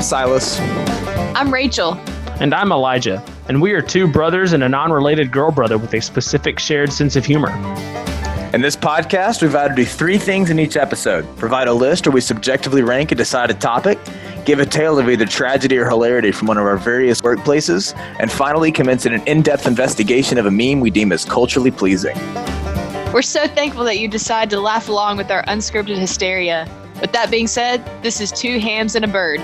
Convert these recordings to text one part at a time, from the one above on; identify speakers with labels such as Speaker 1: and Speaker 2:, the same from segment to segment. Speaker 1: Silas.
Speaker 2: I'm Rachel.
Speaker 3: And I'm Elijah, and we are two brothers and a non related girl brother with a specific shared sense of humor.
Speaker 1: In this podcast, we vow to do three things in each episode provide a list where we subjectively rank a decided topic, give a tale of either tragedy or hilarity from one of our various workplaces, and finally commence an in depth investigation of a meme we deem as culturally pleasing.
Speaker 2: We're so thankful that you decide to laugh along with our unscripted hysteria. With that being said, this is Two Hams and a Bird.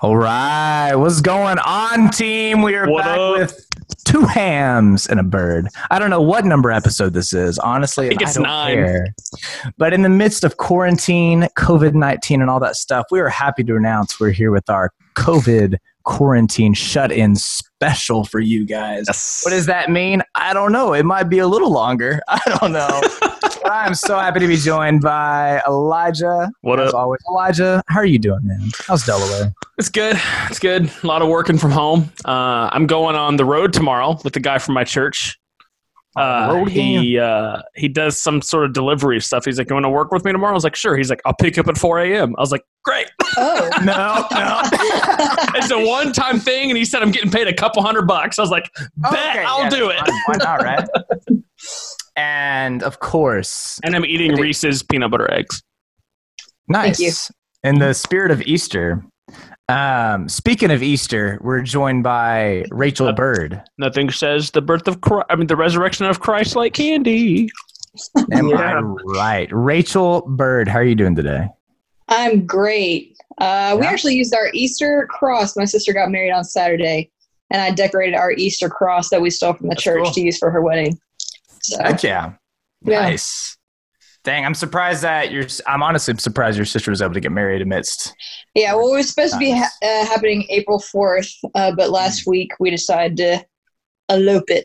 Speaker 1: All right. What's going on, team? We are
Speaker 3: What
Speaker 1: back
Speaker 3: up?
Speaker 1: with two hams and a bird. I don't know what number episode this is, honestly.
Speaker 3: think
Speaker 1: and
Speaker 3: it's
Speaker 1: don't
Speaker 3: nine.
Speaker 1: care. But in the midst of quarantine, COVID 19, and all that stuff, we are happy to announce we're here with our COVID quarantine shut in special for you guys. What does that mean? I don't know. It might be a little longer. I don't know. but I'm so happy to be joined by Elijah.
Speaker 3: What
Speaker 1: As
Speaker 3: up?
Speaker 1: always, Elijah, how are you doing, man? How's Delaware?
Speaker 3: It's good. It's good. A lot of working from home. Uh, I'm going on the road tomorrow with the guy from my church. Uh,
Speaker 1: road
Speaker 3: he uh, he does some sort of delivery stuff. He's like, "You want to work with me tomorrow?" I was like, "Sure." He's like, "I'll pick you up at 4 a.m." I was like, "Great!"
Speaker 2: Oh.
Speaker 1: no, no.
Speaker 3: It's a one-time thing, and he said I'm getting paid a couple hundred bucks. I was like, "Bet I'll
Speaker 1: yeah,
Speaker 3: do it."
Speaker 1: fine. Why not, right? and of course,
Speaker 3: And I'm eating Reese's peanut butter eggs.
Speaker 1: nice.
Speaker 2: Thank you.
Speaker 1: In the spirit of Easter, um, speaking of Easter, we're joined by Rachel
Speaker 3: Uh,
Speaker 1: Bird.
Speaker 3: Nothing says the birth of Christ. I mean, the resurrection of Christ like candy.
Speaker 1: Am I
Speaker 3: yeah.
Speaker 1: right? Rachel Bird, how are you doing today?
Speaker 4: I'm great. Uh, We
Speaker 1: Yeah.
Speaker 4: actually used our Easter cross. My sister got married on Saturday, and I decorated our Easter cross that we stole from the
Speaker 3: That's
Speaker 4: church
Speaker 3: cool.
Speaker 4: to use for her wedding. So,
Speaker 1: Heck yeah.
Speaker 4: Yeah.
Speaker 1: Nice. Dang, I'm surprised that your. I'm honestly surprised your sister was able to get married amidst.
Speaker 4: yeah, well, it was supposed to be ha- uh, happening April 4th, uh,
Speaker 1: Mm.
Speaker 4: but last week we decided to elope it.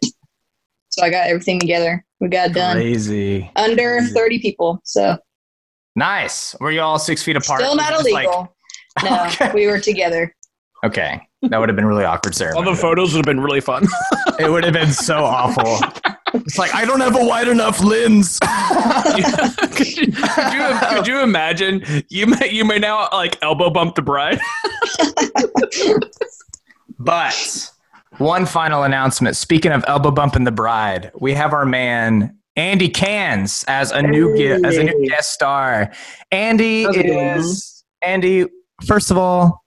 Speaker 4: So I got everything together. We got it done.
Speaker 1: Crazy.
Speaker 4: Under
Speaker 1: Crazy.
Speaker 4: 30 people. So
Speaker 1: Nice. Were you all six feet apart?
Speaker 4: still not
Speaker 1: Just like-
Speaker 4: illegal. no,
Speaker 1: Okay.
Speaker 4: we were together.
Speaker 1: okay. That would have been really awkward, Sarah.
Speaker 3: All the photos would have been really fun.
Speaker 1: It would have been so awful. It's like I don't have a wide enough lens.
Speaker 3: could, you, could you- could you imagine? You may you may now like elbow bump the bride.
Speaker 1: but one final announcement. Speaking of elbow bumping the bride, we have our man Andy Cans as a new gu- as a new guest star. Andy
Speaker 4: How's it going?
Speaker 1: is Andy. First of all,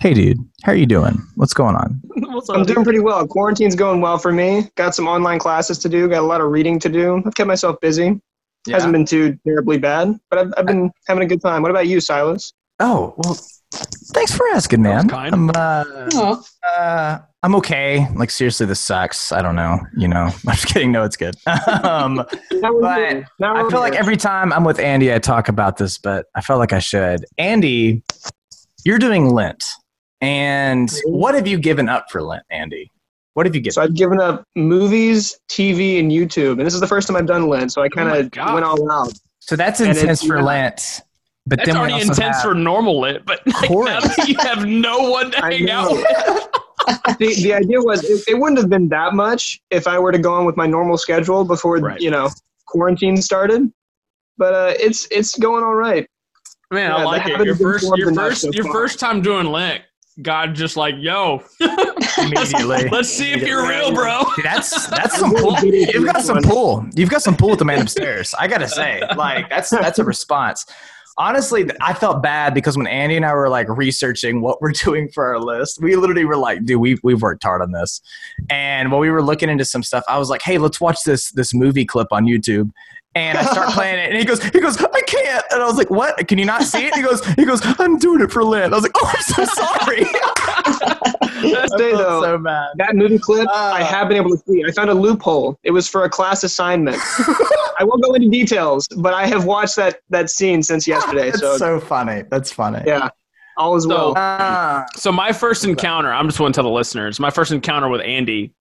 Speaker 1: hey dude, how are you doing? What's going on?
Speaker 3: What's
Speaker 5: I'm
Speaker 3: up?
Speaker 5: doing pretty well. Quarantine's going well for me. Got some online classes to do. Got a lot of reading to do. I've kept myself busy. Hasn't been too terribly bad, but I've, I've been having a good time. What about you, Silas?
Speaker 1: Oh well, thanks for asking,
Speaker 3: That was
Speaker 1: man.
Speaker 3: kind.
Speaker 1: I'm uh,
Speaker 4: Oh,
Speaker 1: Uh, I'm okay. Like seriously, this sucks. I don't know. You know, I'm just kidding. No, it's good. Um, But
Speaker 5: Oh.
Speaker 1: I feel like every time I'm with Andy, I talk about this, but I felt like I should. Andy, you're doing Lent, and what have you given up for Lent, Andy? What have you given?
Speaker 5: So I've given up movies, TV, and YouTube, and this is the first time I've done Lent. So I kind
Speaker 3: my
Speaker 5: of
Speaker 3: God.
Speaker 5: went all out.
Speaker 1: So that's
Speaker 5: And it's-
Speaker 1: intense for
Speaker 5: yeah.
Speaker 1: Lent, but
Speaker 3: That's
Speaker 1: then we
Speaker 3: already
Speaker 1: also
Speaker 3: intense
Speaker 1: have-
Speaker 3: for normal lit, but like, now
Speaker 1: Chorus.
Speaker 3: that you have no one to
Speaker 5: I
Speaker 3: hang out
Speaker 5: know.
Speaker 3: with.
Speaker 5: the, the idea was it, it wouldn't have been that much if I were to go on with my normal schedule before
Speaker 3: Right.
Speaker 5: you know quarantine started. But uh, it's it's going all right.
Speaker 3: Man,
Speaker 5: Yeah,
Speaker 3: I
Speaker 5: that
Speaker 3: like it.
Speaker 5: happens
Speaker 3: Your
Speaker 5: in
Speaker 3: first
Speaker 5: clubs
Speaker 3: your
Speaker 5: and not
Speaker 3: first
Speaker 5: so
Speaker 3: your
Speaker 5: far.
Speaker 3: first time doing lit. God just like, yo,
Speaker 1: immediately.
Speaker 3: let's see if you're real, bro.
Speaker 1: Dude, that's that's some pull. You've got some pull. You've got some pull with the man upstairs. I gotta say, like that's that's a response. Honestly, th- I felt bad because when Andy and I were like researching what we're doing for our list, we literally were like, "Dude, we we've worked hard on this." And while we were looking into some stuff, I was like, "Hey, let's watch this this movie clip on YouTube." And I start playing it, and he goes, "He goes, I can't." And I was like, "What? Can you not see it?" He goes, "He goes, I'm doing it for Lynn." I was like, "Oh, I'm so sorry."
Speaker 5: I'll say,
Speaker 1: I felt
Speaker 5: though,
Speaker 1: so bad.
Speaker 5: That movie clip
Speaker 1: Ah.
Speaker 5: I have been able to see. I found a loophole. It was for a class assignment. I won't go into details, but I have watched that that scene since yesterday.
Speaker 1: That's
Speaker 5: so,
Speaker 1: so, funny. That's funny.
Speaker 5: yeah, all is
Speaker 3: So-
Speaker 5: well.
Speaker 1: Ah.
Speaker 3: So my first encounter, I'm just want to tell the listeners, my first encounter with Andy.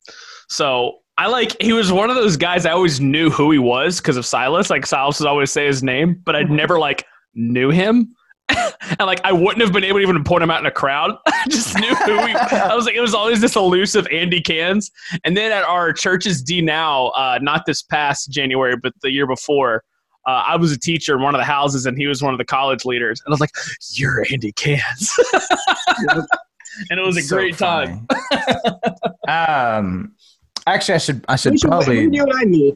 Speaker 3: So I like he was one of those guys I always knew who he was because of Silas. Like Silas would always say his name, but I'd never like knew him. and like I wouldn't have been able to even point him out in a crowd. I just knew who he. I was like, it was always this elusive Andy Cans. And then at our church's D now, uh, not this past January, but the year before, uh, I was a teacher in one of the houses, and he was one of the college leaders. And I was like, "You're Andy Cans," and it was a
Speaker 1: So
Speaker 3: great time.
Speaker 1: funny. um, actually, I should I should
Speaker 5: We should-
Speaker 1: probably
Speaker 5: when you and I meet.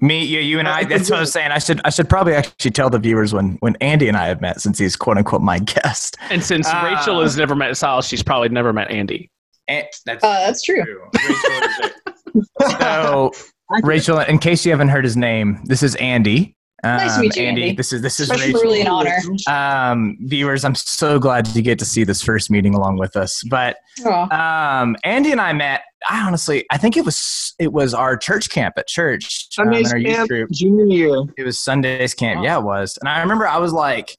Speaker 1: me you you and I. That's what I'm saying. I should I should probably actually tell the viewers when when Andy and I have met since he's quote unquote my guest.
Speaker 3: And since
Speaker 1: Ah.
Speaker 3: Rachel has never met Sal, she's probably never met Andy.
Speaker 1: And Eh, that's
Speaker 4: Uh, that's true.
Speaker 1: true. Rachel is a- so Uh, Rachel, in case you haven't heard his name, this is Andy.
Speaker 4: Nice to
Speaker 1: Um,
Speaker 4: meet you, Andy.
Speaker 1: This is this is
Speaker 4: That's
Speaker 1: Rachel.
Speaker 4: really an honor.
Speaker 1: um viewers i'm so glad you get to see this first meeting along with us but
Speaker 4: Aw.
Speaker 1: um andy and i met i honestly i think it was it was our church camp at church um, in
Speaker 5: Sunday's
Speaker 1: our youth
Speaker 5: camp,
Speaker 1: group
Speaker 5: junior year.
Speaker 1: it was sunday's camp yeah it was and i remember i was like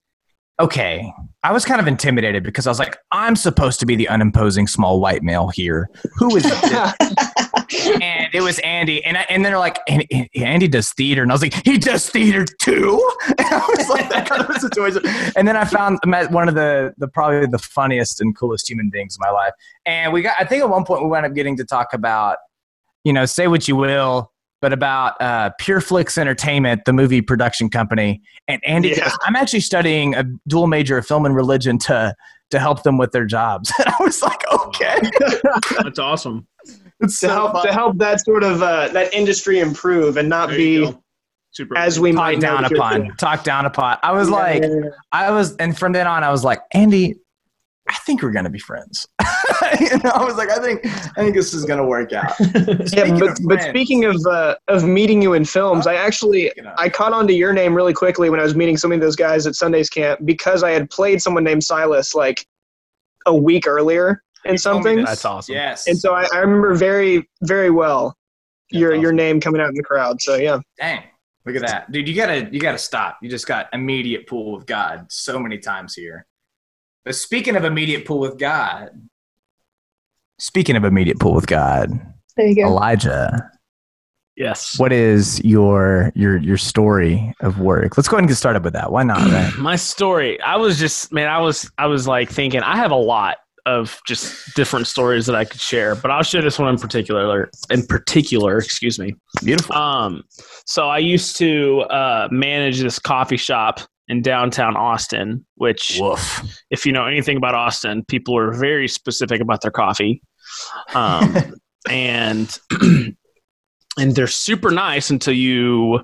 Speaker 1: okay i was kind of intimidated because i was like i'm supposed to be the unimposing small white male here who is this and it was Andy, and I, and then they're like, and, and Andy does theater, and I was like, he does theater too. And I was like, that kind of situation. And then I found met one of the the probably the funniest and coolest human beings in my life. And we got, I think at one point we wound up getting to talk about, you know, say what you will, but about uh, PureFlix Entertainment, the movie production company. And Andy,
Speaker 5: Yeah.
Speaker 1: goes, I'm actually studying a dual major of film and religion to to help them with their jobs. And I was like, okay,
Speaker 3: That's awesome.
Speaker 1: it's
Speaker 5: to help to help that sort of uh, that industry improve and not be
Speaker 3: super.
Speaker 5: as we might
Speaker 1: talked
Speaker 5: know
Speaker 1: down
Speaker 5: that you're
Speaker 1: upon.
Speaker 5: doing.
Speaker 1: Talked down upon. I was like,
Speaker 5: Yeah.
Speaker 1: I was, and from then on, I was like, Andy, I think we're gonna be friends. you know, I was like, I think, I think this is gonna work out.
Speaker 5: yeah,
Speaker 1: Speaking
Speaker 5: but,
Speaker 1: of
Speaker 5: but
Speaker 1: friends-
Speaker 5: speaking of uh, of meeting you in films, I actually
Speaker 1: You know.
Speaker 5: I caught on to your name really quickly when I was meeting some of those guys at Sunday's camp because I had played someone named Silas like a week earlier in something,
Speaker 3: That's awesome.
Speaker 1: Yes.
Speaker 5: and so I, I remember very very well
Speaker 1: That's
Speaker 5: your your
Speaker 1: awesome.
Speaker 5: name coming out in the crowd. So yeah,
Speaker 1: Dang. Look at that, dude. You gotta, you gotta stop. You just got immediate pool with God so many times here. But speaking of immediate pool with God, speaking of immediate pool with God,
Speaker 4: There you go.
Speaker 1: Elijah,
Speaker 3: Yes.
Speaker 1: what is your your your story of work? Let's go ahead and get started with that. Why not? Right?
Speaker 3: My story. I was just man. I was I was like thinking. I have a lot of just different stories that I could share, but I'll share this one in particular. In particular, excuse me.
Speaker 1: Beautiful.
Speaker 3: Um, so I used to uh, manage this coffee shop in downtown Austin, which,
Speaker 1: Woof.
Speaker 3: if you know anything about Austin, people are very specific about their coffee, um, and and they're super nice until you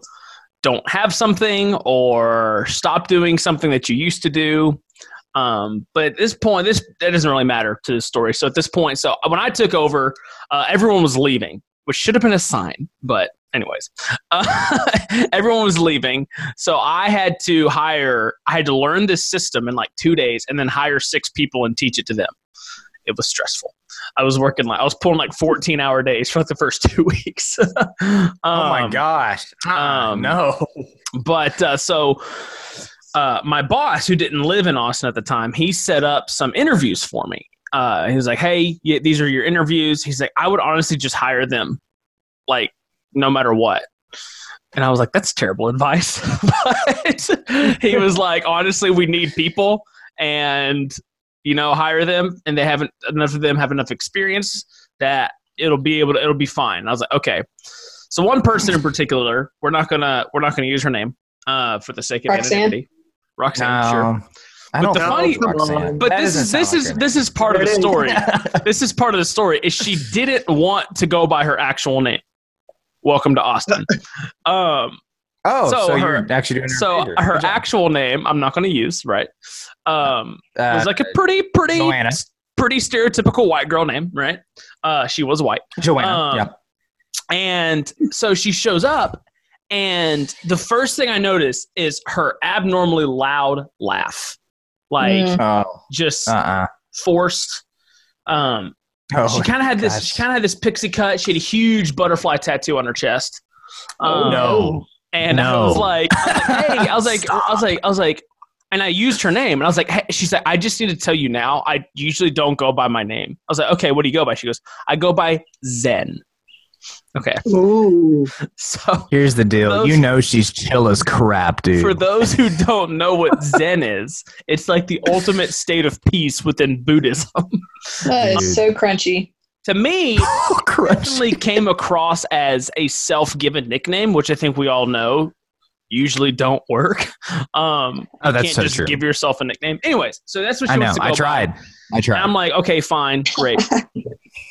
Speaker 3: don't have something or stop doing something that you used to do. Um, but at this point, this that doesn't really matter to the story. So at this point, so when I took over, uh, everyone was leaving, which should have been a sign, but anyways, uh, everyone was leaving. So I had to hire, I had to learn this system in like two days, and then hire six people and teach it to them. It was stressful. I was working like I was pulling like fourteen hour days for like the first two weeks. oh
Speaker 1: oh my gosh. Ah,
Speaker 3: um,
Speaker 1: no.
Speaker 3: but uh, so uh, my boss who didn't live in austin at the time he set up some interviews for me uh, he was like hey yeah, these are your interviews he's like i would honestly just hire them like no matter what and i was like that's terrible advice but he was like honestly we need people and you know hire them and they haven't enough of them have enough experience that it'll be able to it'll be fine i was like okay so one person in particular we're not gonna we're not gonna use her name uh, for the sake of
Speaker 4: Roxanne?
Speaker 3: anonymity roxanne sure
Speaker 1: I don't
Speaker 3: But the
Speaker 1: think
Speaker 3: funny-
Speaker 1: it's Roxanne.
Speaker 3: but
Speaker 1: That
Speaker 3: this
Speaker 1: doesn't
Speaker 3: is this
Speaker 1: sound
Speaker 3: is
Speaker 1: like
Speaker 3: this is part of the
Speaker 5: There it is.
Speaker 3: story. this is part of the story. Is she didn't want to go by her actual name. Welcome to Austin. Um,
Speaker 1: her name. oh,
Speaker 3: so
Speaker 1: so,
Speaker 3: her-
Speaker 1: you're actually doing
Speaker 3: so
Speaker 1: theater.
Speaker 3: her
Speaker 1: Good job.
Speaker 3: actual name, I'm not going to use, right? Um,
Speaker 1: Uh,
Speaker 3: was like a pretty, pretty,
Speaker 1: Joanna.
Speaker 3: pretty stereotypical white girl name, right? Uh, she was white.
Speaker 1: Joanna.
Speaker 3: um,
Speaker 1: yeah.
Speaker 3: And so she shows up, and the first thing I notice is her abnormally loud laugh, like
Speaker 4: Mm.
Speaker 1: Oh,
Speaker 3: just
Speaker 1: uh-uh.
Speaker 3: forced. Um,
Speaker 1: Oh,
Speaker 3: she kind of had this.
Speaker 1: gosh.
Speaker 3: She kind of had this pixie cut. She had a huge butterfly tattoo on her chest. Um,
Speaker 1: Oh, no.
Speaker 3: And I
Speaker 1: No.
Speaker 3: was like, I was like, hey, I was like, I was like, I was like, and I used her name, and I was like, hey, she said, I just need to tell you now. I usually don't go by my name. I was like, okay, what do you go by? She goes, I go by Zen. Okay.
Speaker 5: Ooh.
Speaker 3: So
Speaker 1: Here's the deal.
Speaker 3: Those-
Speaker 1: you know she's chill as crap, dude.
Speaker 3: for those who don't know what Zen is, it's like the ultimate state of peace within Buddhism.
Speaker 4: That is
Speaker 1: Dude.
Speaker 4: so crunchy.
Speaker 3: to me,
Speaker 1: oh, crunch.
Speaker 3: definitely came across as a self-given nickname, which I think we all know usually don't work. Um,
Speaker 1: Oh, that's
Speaker 3: can't
Speaker 1: so
Speaker 3: just
Speaker 1: true.
Speaker 3: give yourself a nickname. Anyways, so that's what she
Speaker 1: I know.
Speaker 3: wants to go
Speaker 1: I
Speaker 3: by.
Speaker 1: tried. I
Speaker 3: And I'm
Speaker 1: tried.
Speaker 3: like, okay, fine, great.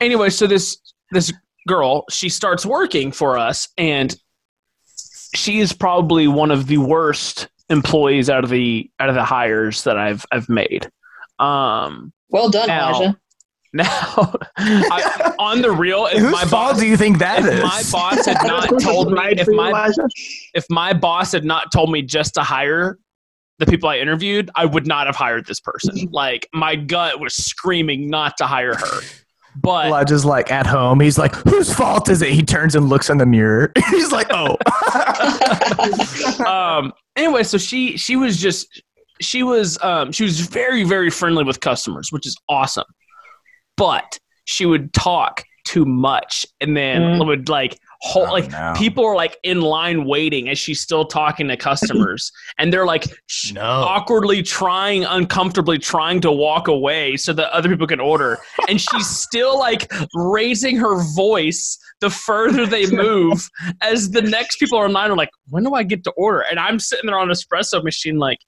Speaker 3: anyway, so this this girl, she starts working for us, and she is probably one of the worst employees out of the out of the hires that I've I've made. Um,
Speaker 4: Well done,
Speaker 3: Now,
Speaker 4: Elijah.
Speaker 3: now I, on the real, if
Speaker 1: Whose
Speaker 3: my
Speaker 1: fault
Speaker 3: boss,
Speaker 1: do you think that
Speaker 3: if
Speaker 1: is?
Speaker 3: my boss had not told me if my if my boss had not told me just to hire the people I interviewed, I would not have hired this person. Like my gut was screaming not to hire her. But
Speaker 1: Elijah's like at home. He's like, whose fault is it? He turns and looks in the mirror. he's like, oh.
Speaker 3: um anyway, so she she was just she was um she was very very friendly with customers, which is awesome. But she would talk too much and then
Speaker 4: Mm.
Speaker 3: would like hold
Speaker 1: Oh,
Speaker 3: like
Speaker 1: no.
Speaker 3: people are like in line waiting as she's still talking to customers and they're like "Shh,
Speaker 1: No.
Speaker 3: awkwardly trying, uncomfortably trying to walk away so that other people can order. And she's still like raising her voice the further they move as the next people are online are like, when do I get to order? And I'm sitting there on an espresso machine like,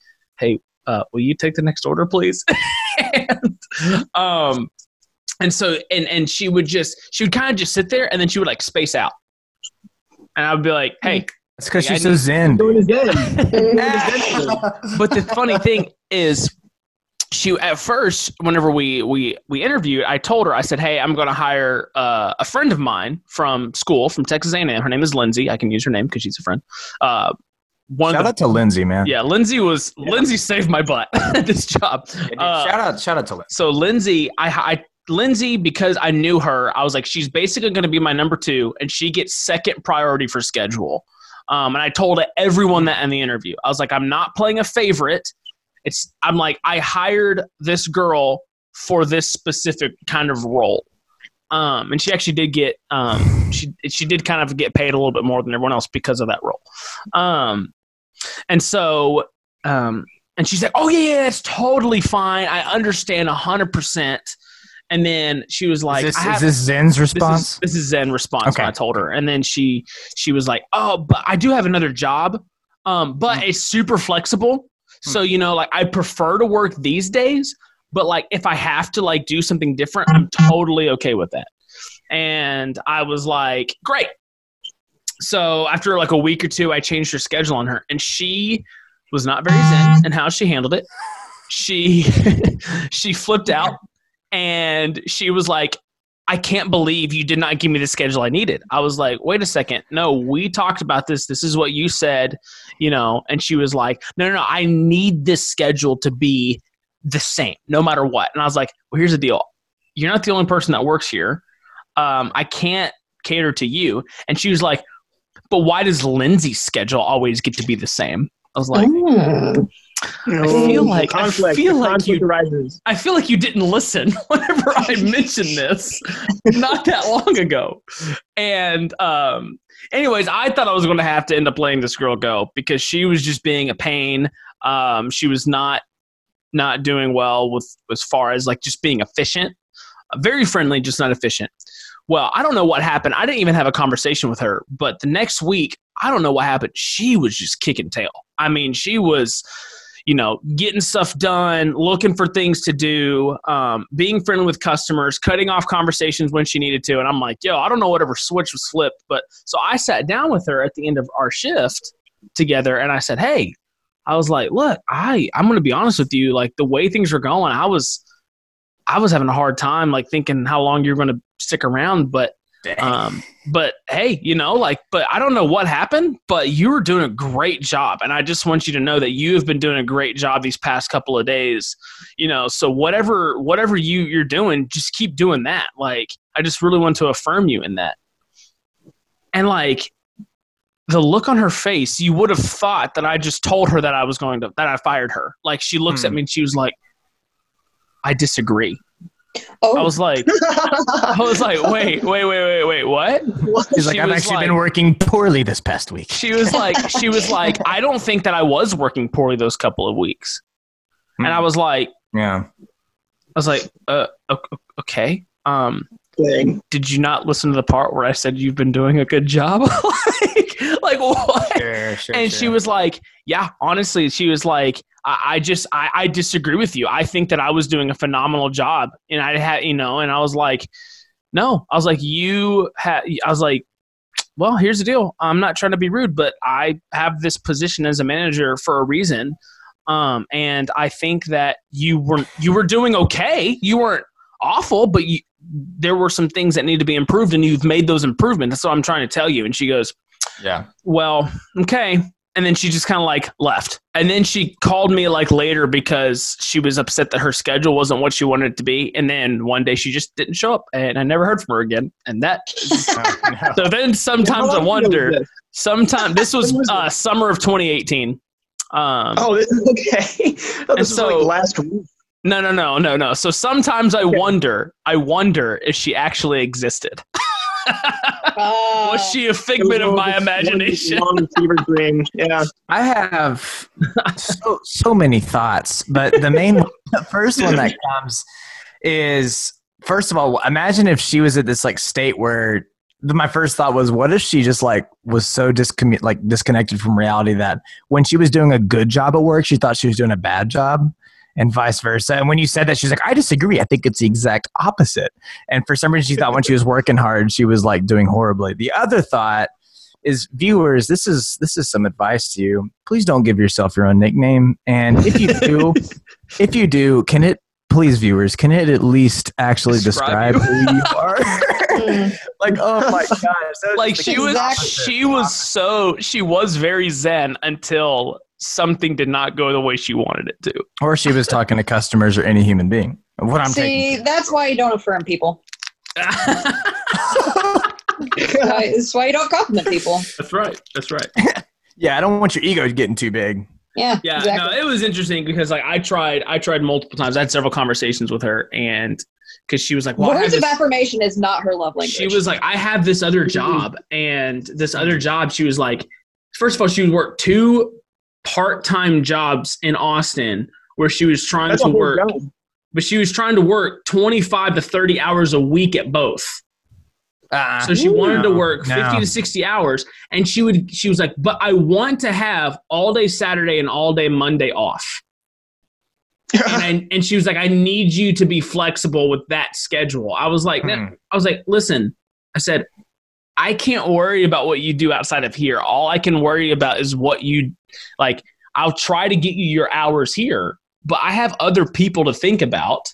Speaker 3: hey, uh, will you take the next order, please? and, um, and so, and, and she would just, she would kind of just sit there and then she would like space out. And I'd be like, hey,
Speaker 1: It's because
Speaker 3: I
Speaker 1: she's so zen. dude.
Speaker 3: but the funny thing is she at first whenever we we we interviewed i told her i said hey i'm going to hire uh, a friend of mine from school from texas a&m her name is lindsay i can use her name because she's a friend uh, one
Speaker 1: Shout
Speaker 3: of
Speaker 1: out to Lindsay, man.
Speaker 3: the, yeah lindsay was lindsay saved my butt at this job
Speaker 1: Dude,
Speaker 3: Uh,
Speaker 1: shout out, shout out to Lindsay.
Speaker 3: so Lindsay, I, I Lindsay because I knew her, I was like, she's basically going to be my number two, and she gets second priority for schedule. Um, and I told everyone that in the interview. I was like, I'm not playing a favorite. It's I'm like I hired this girl for this specific kind of role. Um, and she actually did get um, she she did kind of get paid a little bit more than everyone else because of that role. Um, and so um, and she's like, "Oh yeah, yeah, that's totally fine. I understand hundred percent." And then she was like,
Speaker 1: is,
Speaker 3: I
Speaker 1: this,
Speaker 3: have-
Speaker 1: is this Zen's response?
Speaker 3: This is, this is Zen response.
Speaker 1: Okay.
Speaker 3: when I told her, and then she she was like, "Oh, but I do have another job, um, but
Speaker 1: Mm.
Speaker 3: it's super flexible. So you know, like I prefer to work these days, but like if I have to like do something different, I'm totally okay with that." And I was like, "Great." So after like a week or two, I changed her schedule on her, and she was not very zen in how she handled it. She she flipped out, and she was like, I can't believe you did not give me the schedule I needed. I was like, wait a second. No, we talked about this. This is what you said, you know. And she was like, no, no, no. I need this schedule to be the same no matter what. And I was like, well, here's the deal. You're not the only person that works here. Um, I can't cater to you. And she was like, but why does Lindsay's schedule always get to be the same? I was like,
Speaker 4: Mm.
Speaker 5: I
Speaker 3: feel like- I feel like you-
Speaker 5: arises.
Speaker 3: I feel like you didn't listen whenever I mentioned this not that long ago. And um anyways, I thought I was going to have to end up letting this girl go because she was just being a pain. Um she was not not doing well with as far as like just being efficient. uh, Very friendly, just not efficient. Well, I don't know what happened. I didn't even have a conversation with her, but the next week, I don't know what happened. She was just kicking tail. I mean, she was you know, getting stuff done, looking for things to do, um, being friendly with customers, cutting off conversations when she needed to. And I'm like, yo, I don't know whatever switch was flipped. But so I sat down with her at the end of our shift together and I said, hey, I was like, look, I, I'm going to be honest with you. Like the way things were going, I was, I was having a hard time, like thinking how long you're going to stick around. But um, but hey, you know, like, but I don't know what happened, but you were doing a great job. And I just want you to know that you have been doing a great job these past couple of days, you know, so whatever, whatever you you're doing, just keep doing that. Like, I just really want to affirm you in that. And like the look on her face, you would have thought that I just told her that I was going to, that I fired her. Like she looks at
Speaker 1: Hmm.
Speaker 3: me and she was like, I disagree.
Speaker 4: Oh,
Speaker 3: I was like, I was like, wait, wait, wait, wait, wait, what?
Speaker 1: He's like,
Speaker 3: She
Speaker 1: I've
Speaker 3: was
Speaker 1: actually
Speaker 3: like-
Speaker 1: been working poorly this past week.
Speaker 3: She was like, she was like, I don't think that I was working poorly those couple of weeks, and I was like,
Speaker 1: Hmm. Yeah.
Speaker 3: I was like, uh, o- o- okay. Um,
Speaker 5: Dang.
Speaker 3: did you not listen to the part where I said you've been doing a good job? like, like what?
Speaker 1: Sure, sure,
Speaker 3: and she
Speaker 1: sure.
Speaker 3: was like, "Yeah, honestly, she was like, I, I just I, I disagree with you. I think that I was doing a phenomenal job, and I had you know, and I was like, no, I was like, you had, I was like, well, here's the deal. I'm not trying to be rude, but I have this position as a manager for a reason, um, and I think that you were you were doing okay. You weren't awful, but you." There were some things that need to be improved, and you've made those improvements. That's what I'm trying to tell you. And she goes,
Speaker 1: Yeah.
Speaker 3: well, okay. And then she just kind of like left. And then she called me like later because she was upset that her schedule wasn't what she wanted it to be. And then one day she just didn't show up and I never heard from her again. And that,
Speaker 1: Oh, no.
Speaker 3: so then sometimes I
Speaker 5: How long ago was
Speaker 3: wonder,
Speaker 5: this?
Speaker 3: sometime, this was
Speaker 5: When was
Speaker 3: uh, summer of 2018. Um,
Speaker 5: Oh, this, okay. Oh,
Speaker 3: And
Speaker 5: this is
Speaker 3: so-
Speaker 5: like last week.
Speaker 3: No, no, no, no, no. So sometimes I wonder, I wonder if she actually existed.
Speaker 4: uh,
Speaker 3: Was she a figment of my
Speaker 5: It was one
Speaker 3: imagination?
Speaker 5: Long fever dream. Yeah.
Speaker 1: I have so so many thoughts, but the main the first one that comes is first of all, imagine if she was at this like state where th- my first thought was, what if she just like was so discommu- like disconnected from reality that when she was doing a good job at work, she thought she was doing a bad job, and vice versa. And when you said that, she's like, I disagree. I think it's the exact opposite. And for some reason, she thought when she was working hard, she was like doing horribly. The other thought is viewers this is this is some advice to you please don't give yourself your own nickname and if you do if you do can it please viewers can it at least actually
Speaker 3: Describe
Speaker 1: describe, who you are
Speaker 4: Hmm.
Speaker 1: like oh my gosh that was
Speaker 3: like
Speaker 1: the
Speaker 3: she was
Speaker 1: opposite.
Speaker 3: she was so she was very zen until something did not go the way she wanted it to
Speaker 1: or she was talking to customers or any human being what i'm
Speaker 4: See, that's why you don't affirm people. That's why, that's why you don't compliment people.
Speaker 3: that's right that's right
Speaker 1: yeah i don't want your ego getting too big
Speaker 4: Yeah,
Speaker 3: yeah
Speaker 4: exactly.
Speaker 3: no it was interesting because like i tried i tried multiple times i had several conversations with her and because she was like well I have
Speaker 4: Words of
Speaker 3: this-
Speaker 4: affirmation is not her love language.
Speaker 3: she was like i have this
Speaker 5: Mm-hmm.
Speaker 3: other job and this other job she was like first of all she would work two part-time jobs in austin where she was trying
Speaker 5: That's
Speaker 3: to
Speaker 5: a whole
Speaker 3: work
Speaker 5: job.
Speaker 3: but she was trying to work 25 to 30 hours a week at both
Speaker 1: uh,
Speaker 3: so she wanted to work
Speaker 1: No.
Speaker 3: 50 to 60 hours and she would she was like but i want to have all day saturday and all day monday off and, I, and she was like i need you to be flexible with that schedule i was like "No." i was like listen i said i can't worry about what you do outside of here all i can worry about is what you like i'll try to get you your hours here but i have other people to think about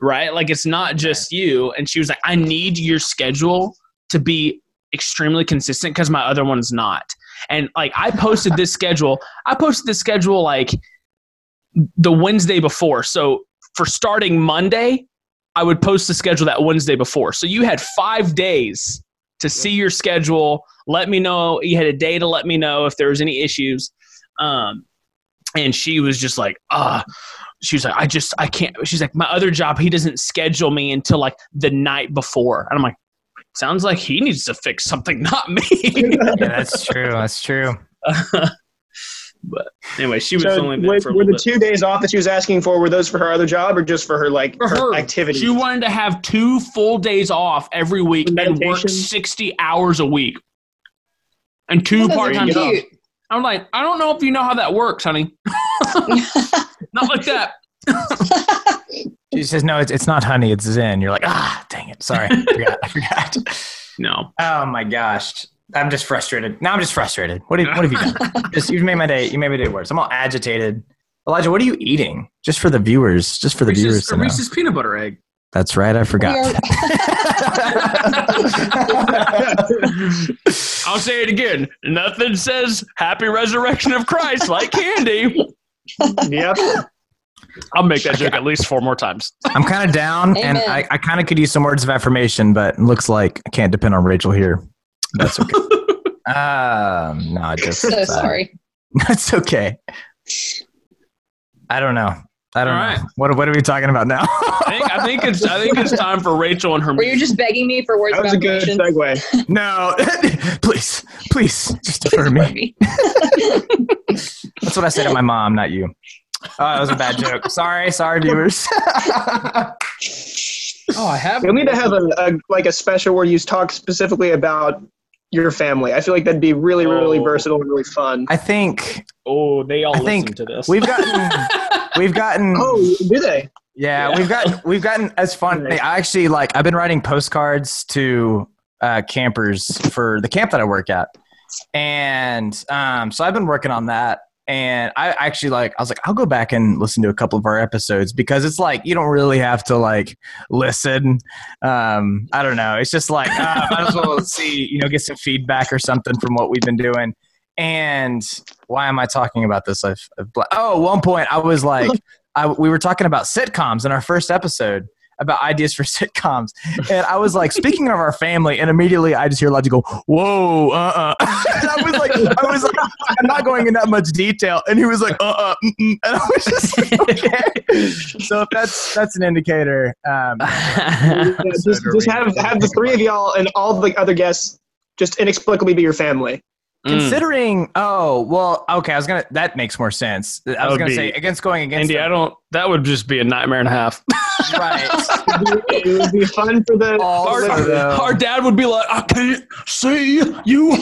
Speaker 3: right like it's not just you and she was like i need your schedule to be extremely consistent because my other one's not and like i posted this schedule i posted this schedule like the wednesday before so for starting monday i would post the schedule that wednesday before so you had five days to see your schedule let me know you had a day to let me know if there was any issues um, and she was just like ah she was like i just i can't she's like my other job he doesn't schedule me until like the night before and i'm like sounds like he needs to fix something not me
Speaker 1: yeah that's true that's true
Speaker 3: but anyway she was
Speaker 5: So
Speaker 3: only there
Speaker 5: were,
Speaker 3: for a
Speaker 5: were
Speaker 3: little
Speaker 5: the
Speaker 3: bit.
Speaker 5: two days off that she was asking for were those for her other job or just for her like
Speaker 3: for her
Speaker 5: activity?
Speaker 3: she wanted to have two full days off every week and work
Speaker 5: Meditation?
Speaker 3: 60 hours a week and two
Speaker 4: That doesn't
Speaker 3: part-time
Speaker 4: sound
Speaker 3: jobs
Speaker 4: cute.
Speaker 3: i'm like i don't know if you know how that works honey not like that
Speaker 1: she says no it's, it's not honey it's zen you're like ah dang it sorry I forgot, I forgot.
Speaker 3: no
Speaker 1: Oh my gosh. I'm just frustrated. Now I'm just frustrated. What have, what have you done? just, you've made my day. You made my day worse. I'm all agitated. Elijah, what are you eating? Just for the viewers. Just for the viewers
Speaker 3: reese's,
Speaker 1: to
Speaker 3: a
Speaker 1: know.
Speaker 3: reese's peanut butter egg
Speaker 1: That's right. I forgot.
Speaker 4: Weird.
Speaker 3: I'll say it again. Nothing says happy resurrection of Christ like candy.
Speaker 5: yep.
Speaker 3: I'll make that joke at least four more times.
Speaker 1: I'm kind of down, and
Speaker 4: Amen.
Speaker 1: I, I kind of could use some words of affirmation, but it looks like I can't depend on Rachel here. That's okay. um, no, I just
Speaker 4: so sorry.
Speaker 1: That's okay. I don't know. I don't
Speaker 3: All
Speaker 1: know.
Speaker 3: right.
Speaker 1: What, what are we talking about now?
Speaker 3: I think, I think it's I think it's time for Rachel and her.
Speaker 4: Were you just begging me for words
Speaker 5: That
Speaker 4: of
Speaker 5: was a good
Speaker 4: affirmation?
Speaker 5: segue.
Speaker 1: no, please, please, just defer me. That's what I said to my mom, not you. Oh, that was a bad joke. Sorry, sorry, viewers.
Speaker 6: Oh, I have.
Speaker 5: You'll need to have a, a like a special where you talk specifically about your family. I feel like that'd be really, really
Speaker 3: Oh.
Speaker 5: versatile and really fun.
Speaker 1: I think
Speaker 3: oh, they all
Speaker 1: I
Speaker 3: listen
Speaker 1: think
Speaker 3: to this.
Speaker 1: we've gotten, we've gotten.
Speaker 5: Oh, do they?
Speaker 1: Yeah,
Speaker 3: Yeah.
Speaker 1: we've got we've gotten as fun.
Speaker 5: Right.
Speaker 1: I actually like I've been writing postcards to uh, campers for the camp that I work at, and um, so I've been working on that. And I actually like I was like I'll go back and listen to a couple of our episodes because it's like you don't really have to like listen. Um, I don't know. It's just like uh, might as well see you know get some feedback or something from what we've been doing. And why am I talking about this? I've, I've bla- oh, at one point I was like, I, we were talking about sitcoms in our first episode about ideas for sitcoms, and I was like, speaking of our family, and immediately I just hear Logic go, "Whoa, uh, uh and I was like, I was like, I'm not going in that much detail, and he was like, uh, uh, mm, mm. and I was just like, okay. So if that's that's an indicator, um,
Speaker 5: Yeah, just
Speaker 1: Episode
Speaker 5: just
Speaker 1: or
Speaker 5: have
Speaker 1: read.
Speaker 5: have the three of y'all and all the other guests just inexplicably be your family.
Speaker 3: Mm.
Speaker 1: considering. Oh, well, okay, I was gonna. That makes more sense. I was
Speaker 3: would
Speaker 1: gonna
Speaker 3: be-
Speaker 1: say against going against.
Speaker 3: Andy, I don't. That would just be a nightmare and a half.
Speaker 1: them, right.
Speaker 5: it would be fun for the.
Speaker 1: All
Speaker 3: Our,
Speaker 1: over the-
Speaker 3: our dad would be like, I can't see you.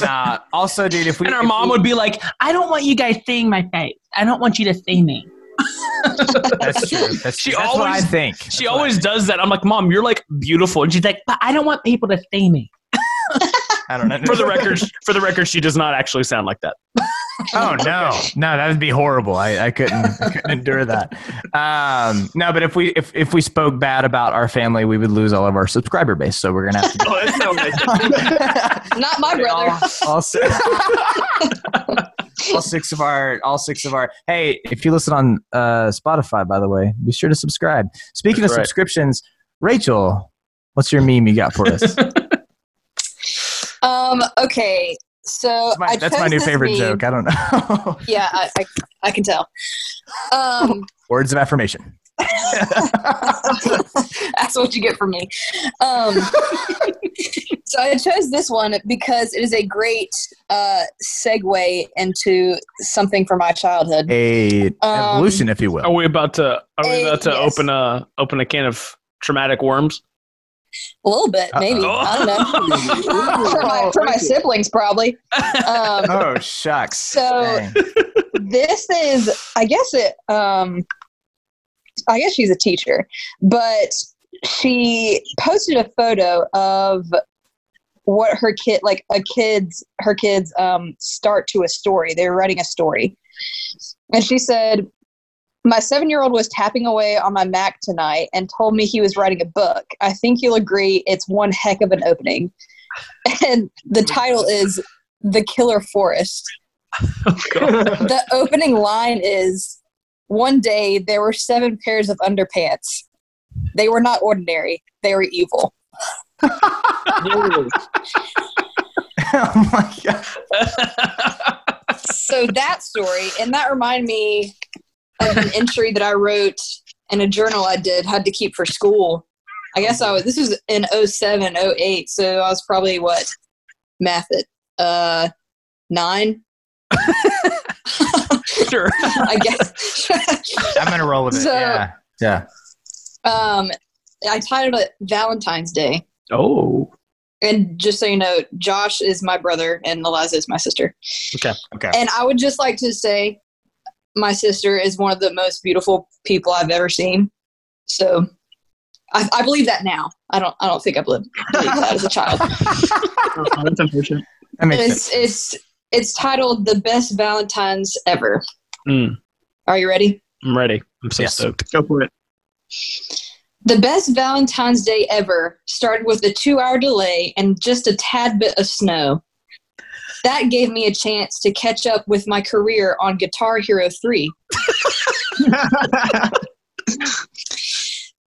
Speaker 1: Nah. Also, dude, if we
Speaker 7: And our
Speaker 1: if
Speaker 7: mom
Speaker 1: we-
Speaker 7: would be like, I don't want you guys seeing my face. I don't want you to see me.
Speaker 1: That's true. That's,
Speaker 3: She
Speaker 1: that's what I
Speaker 3: always-
Speaker 1: think.
Speaker 3: She
Speaker 1: That's what
Speaker 3: always does that. I'm like, Mom, you're like beautiful. And she's like,
Speaker 7: But I don't want people to see me.
Speaker 1: I, I don't know.
Speaker 3: for the record, for the record, she does not actually sound like that.
Speaker 1: Oh no, no, that would be horrible. I, I couldn't I couldn't endure that. Um, no, but if we if if we spoke bad about our family, we would lose all of our subscriber base. So we're gonna have to.
Speaker 5: Oh, that's not what I said.
Speaker 4: Not my brother.
Speaker 1: all, six, all six of our all six of our hey if you listen on uh, spotify by the way be sure to subscribe speaking
Speaker 3: That's
Speaker 1: of
Speaker 3: right.
Speaker 1: subscriptions rachel what's your meme you got for us that's
Speaker 4: Um. Okay. So
Speaker 1: my,
Speaker 4: I
Speaker 1: that's my
Speaker 4: chose
Speaker 1: new
Speaker 4: this
Speaker 1: favorite
Speaker 4: meme.
Speaker 1: joke i don't know
Speaker 4: Yeah, I, I, I can tell. Um,
Speaker 1: words of affirmation
Speaker 4: that's what you get from me. Um, so I chose this one because it is a great uh, segue into something from my childhood.
Speaker 1: a
Speaker 4: Um,
Speaker 1: evolution, if you will.
Speaker 3: Are we about to? Are we
Speaker 4: Uh,
Speaker 3: about to
Speaker 4: yes.
Speaker 3: open a open a can of traumatic worms?
Speaker 4: A little bit, maybe.
Speaker 3: Uh-oh.
Speaker 4: I don't know. for my, for my siblings, probably. Um,
Speaker 1: oh shucks!
Speaker 4: So-
Speaker 1: Dang.
Speaker 4: this is i guess it um i guess she's a teacher but she posted a photo of what her kid like a kid's her kids um start to a story they were writing a story and she said my seven year old was tapping away on my mac tonight and told me he was writing a book i think you'll agree it's one heck of an opening and the title is the killer forest the opening line is one day there were seven pairs of underpants. They were not ordinary, they were evil.
Speaker 1: oh my god!
Speaker 4: So that story, and that reminded me of an entry that I wrote in a journal I did, had to keep for school. I guess I was, this was in 07, 08, so I was probably what? Math it. Uh, nine,
Speaker 3: Sure.
Speaker 4: I guess.
Speaker 1: I'm gonna roll with it.
Speaker 4: So-
Speaker 1: yeah, yeah.
Speaker 4: um, I titled it Valentine's Day.
Speaker 3: Oh,
Speaker 4: And just so you know, Josh is my brother and Eliza is my sister.
Speaker 3: Okay,
Speaker 1: okay.
Speaker 4: And I would just like to say my sister is one of the most beautiful people I've ever seen. So I, I believe that now. I don't I don't think I believed believed that as a child.
Speaker 5: that's unfortunate.
Speaker 1: That makes sense.
Speaker 4: It's it's it's titled The Best Valentine's Ever.
Speaker 3: Mm.
Speaker 4: Are you ready?
Speaker 3: I'm ready. I'm so
Speaker 1: Yes.
Speaker 3: stoked.
Speaker 5: Go for it.
Speaker 4: The best Valentine's Day ever started with a two hour delay and just a tad bit of snow. That gave me a chance to catch up with my career on Guitar Hero 3.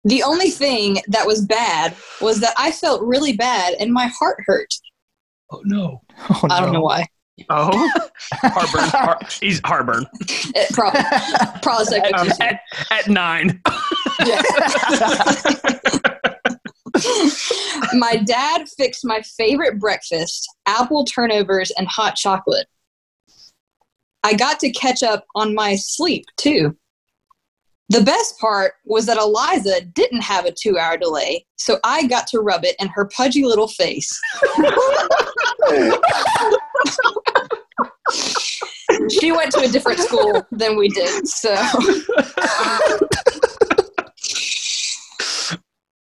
Speaker 4: The only thing that was bad was that I felt really bad and my heart hurt.
Speaker 7: Oh, no.
Speaker 1: Oh,
Speaker 4: I don't know why.
Speaker 5: Oh,
Speaker 3: Harburn. Har- he's Harburn
Speaker 6: Eh, probably, probably second.
Speaker 3: Um, at, at nine.
Speaker 6: Yeah.
Speaker 4: My dad fixed my favorite breakfast apple turnovers and hot chocolate. I got to catch up on my sleep too. The best part was that Eliza didn't have a two hour delay, so I got to rub it in her pudgy little face. she went to a different school than we did, so.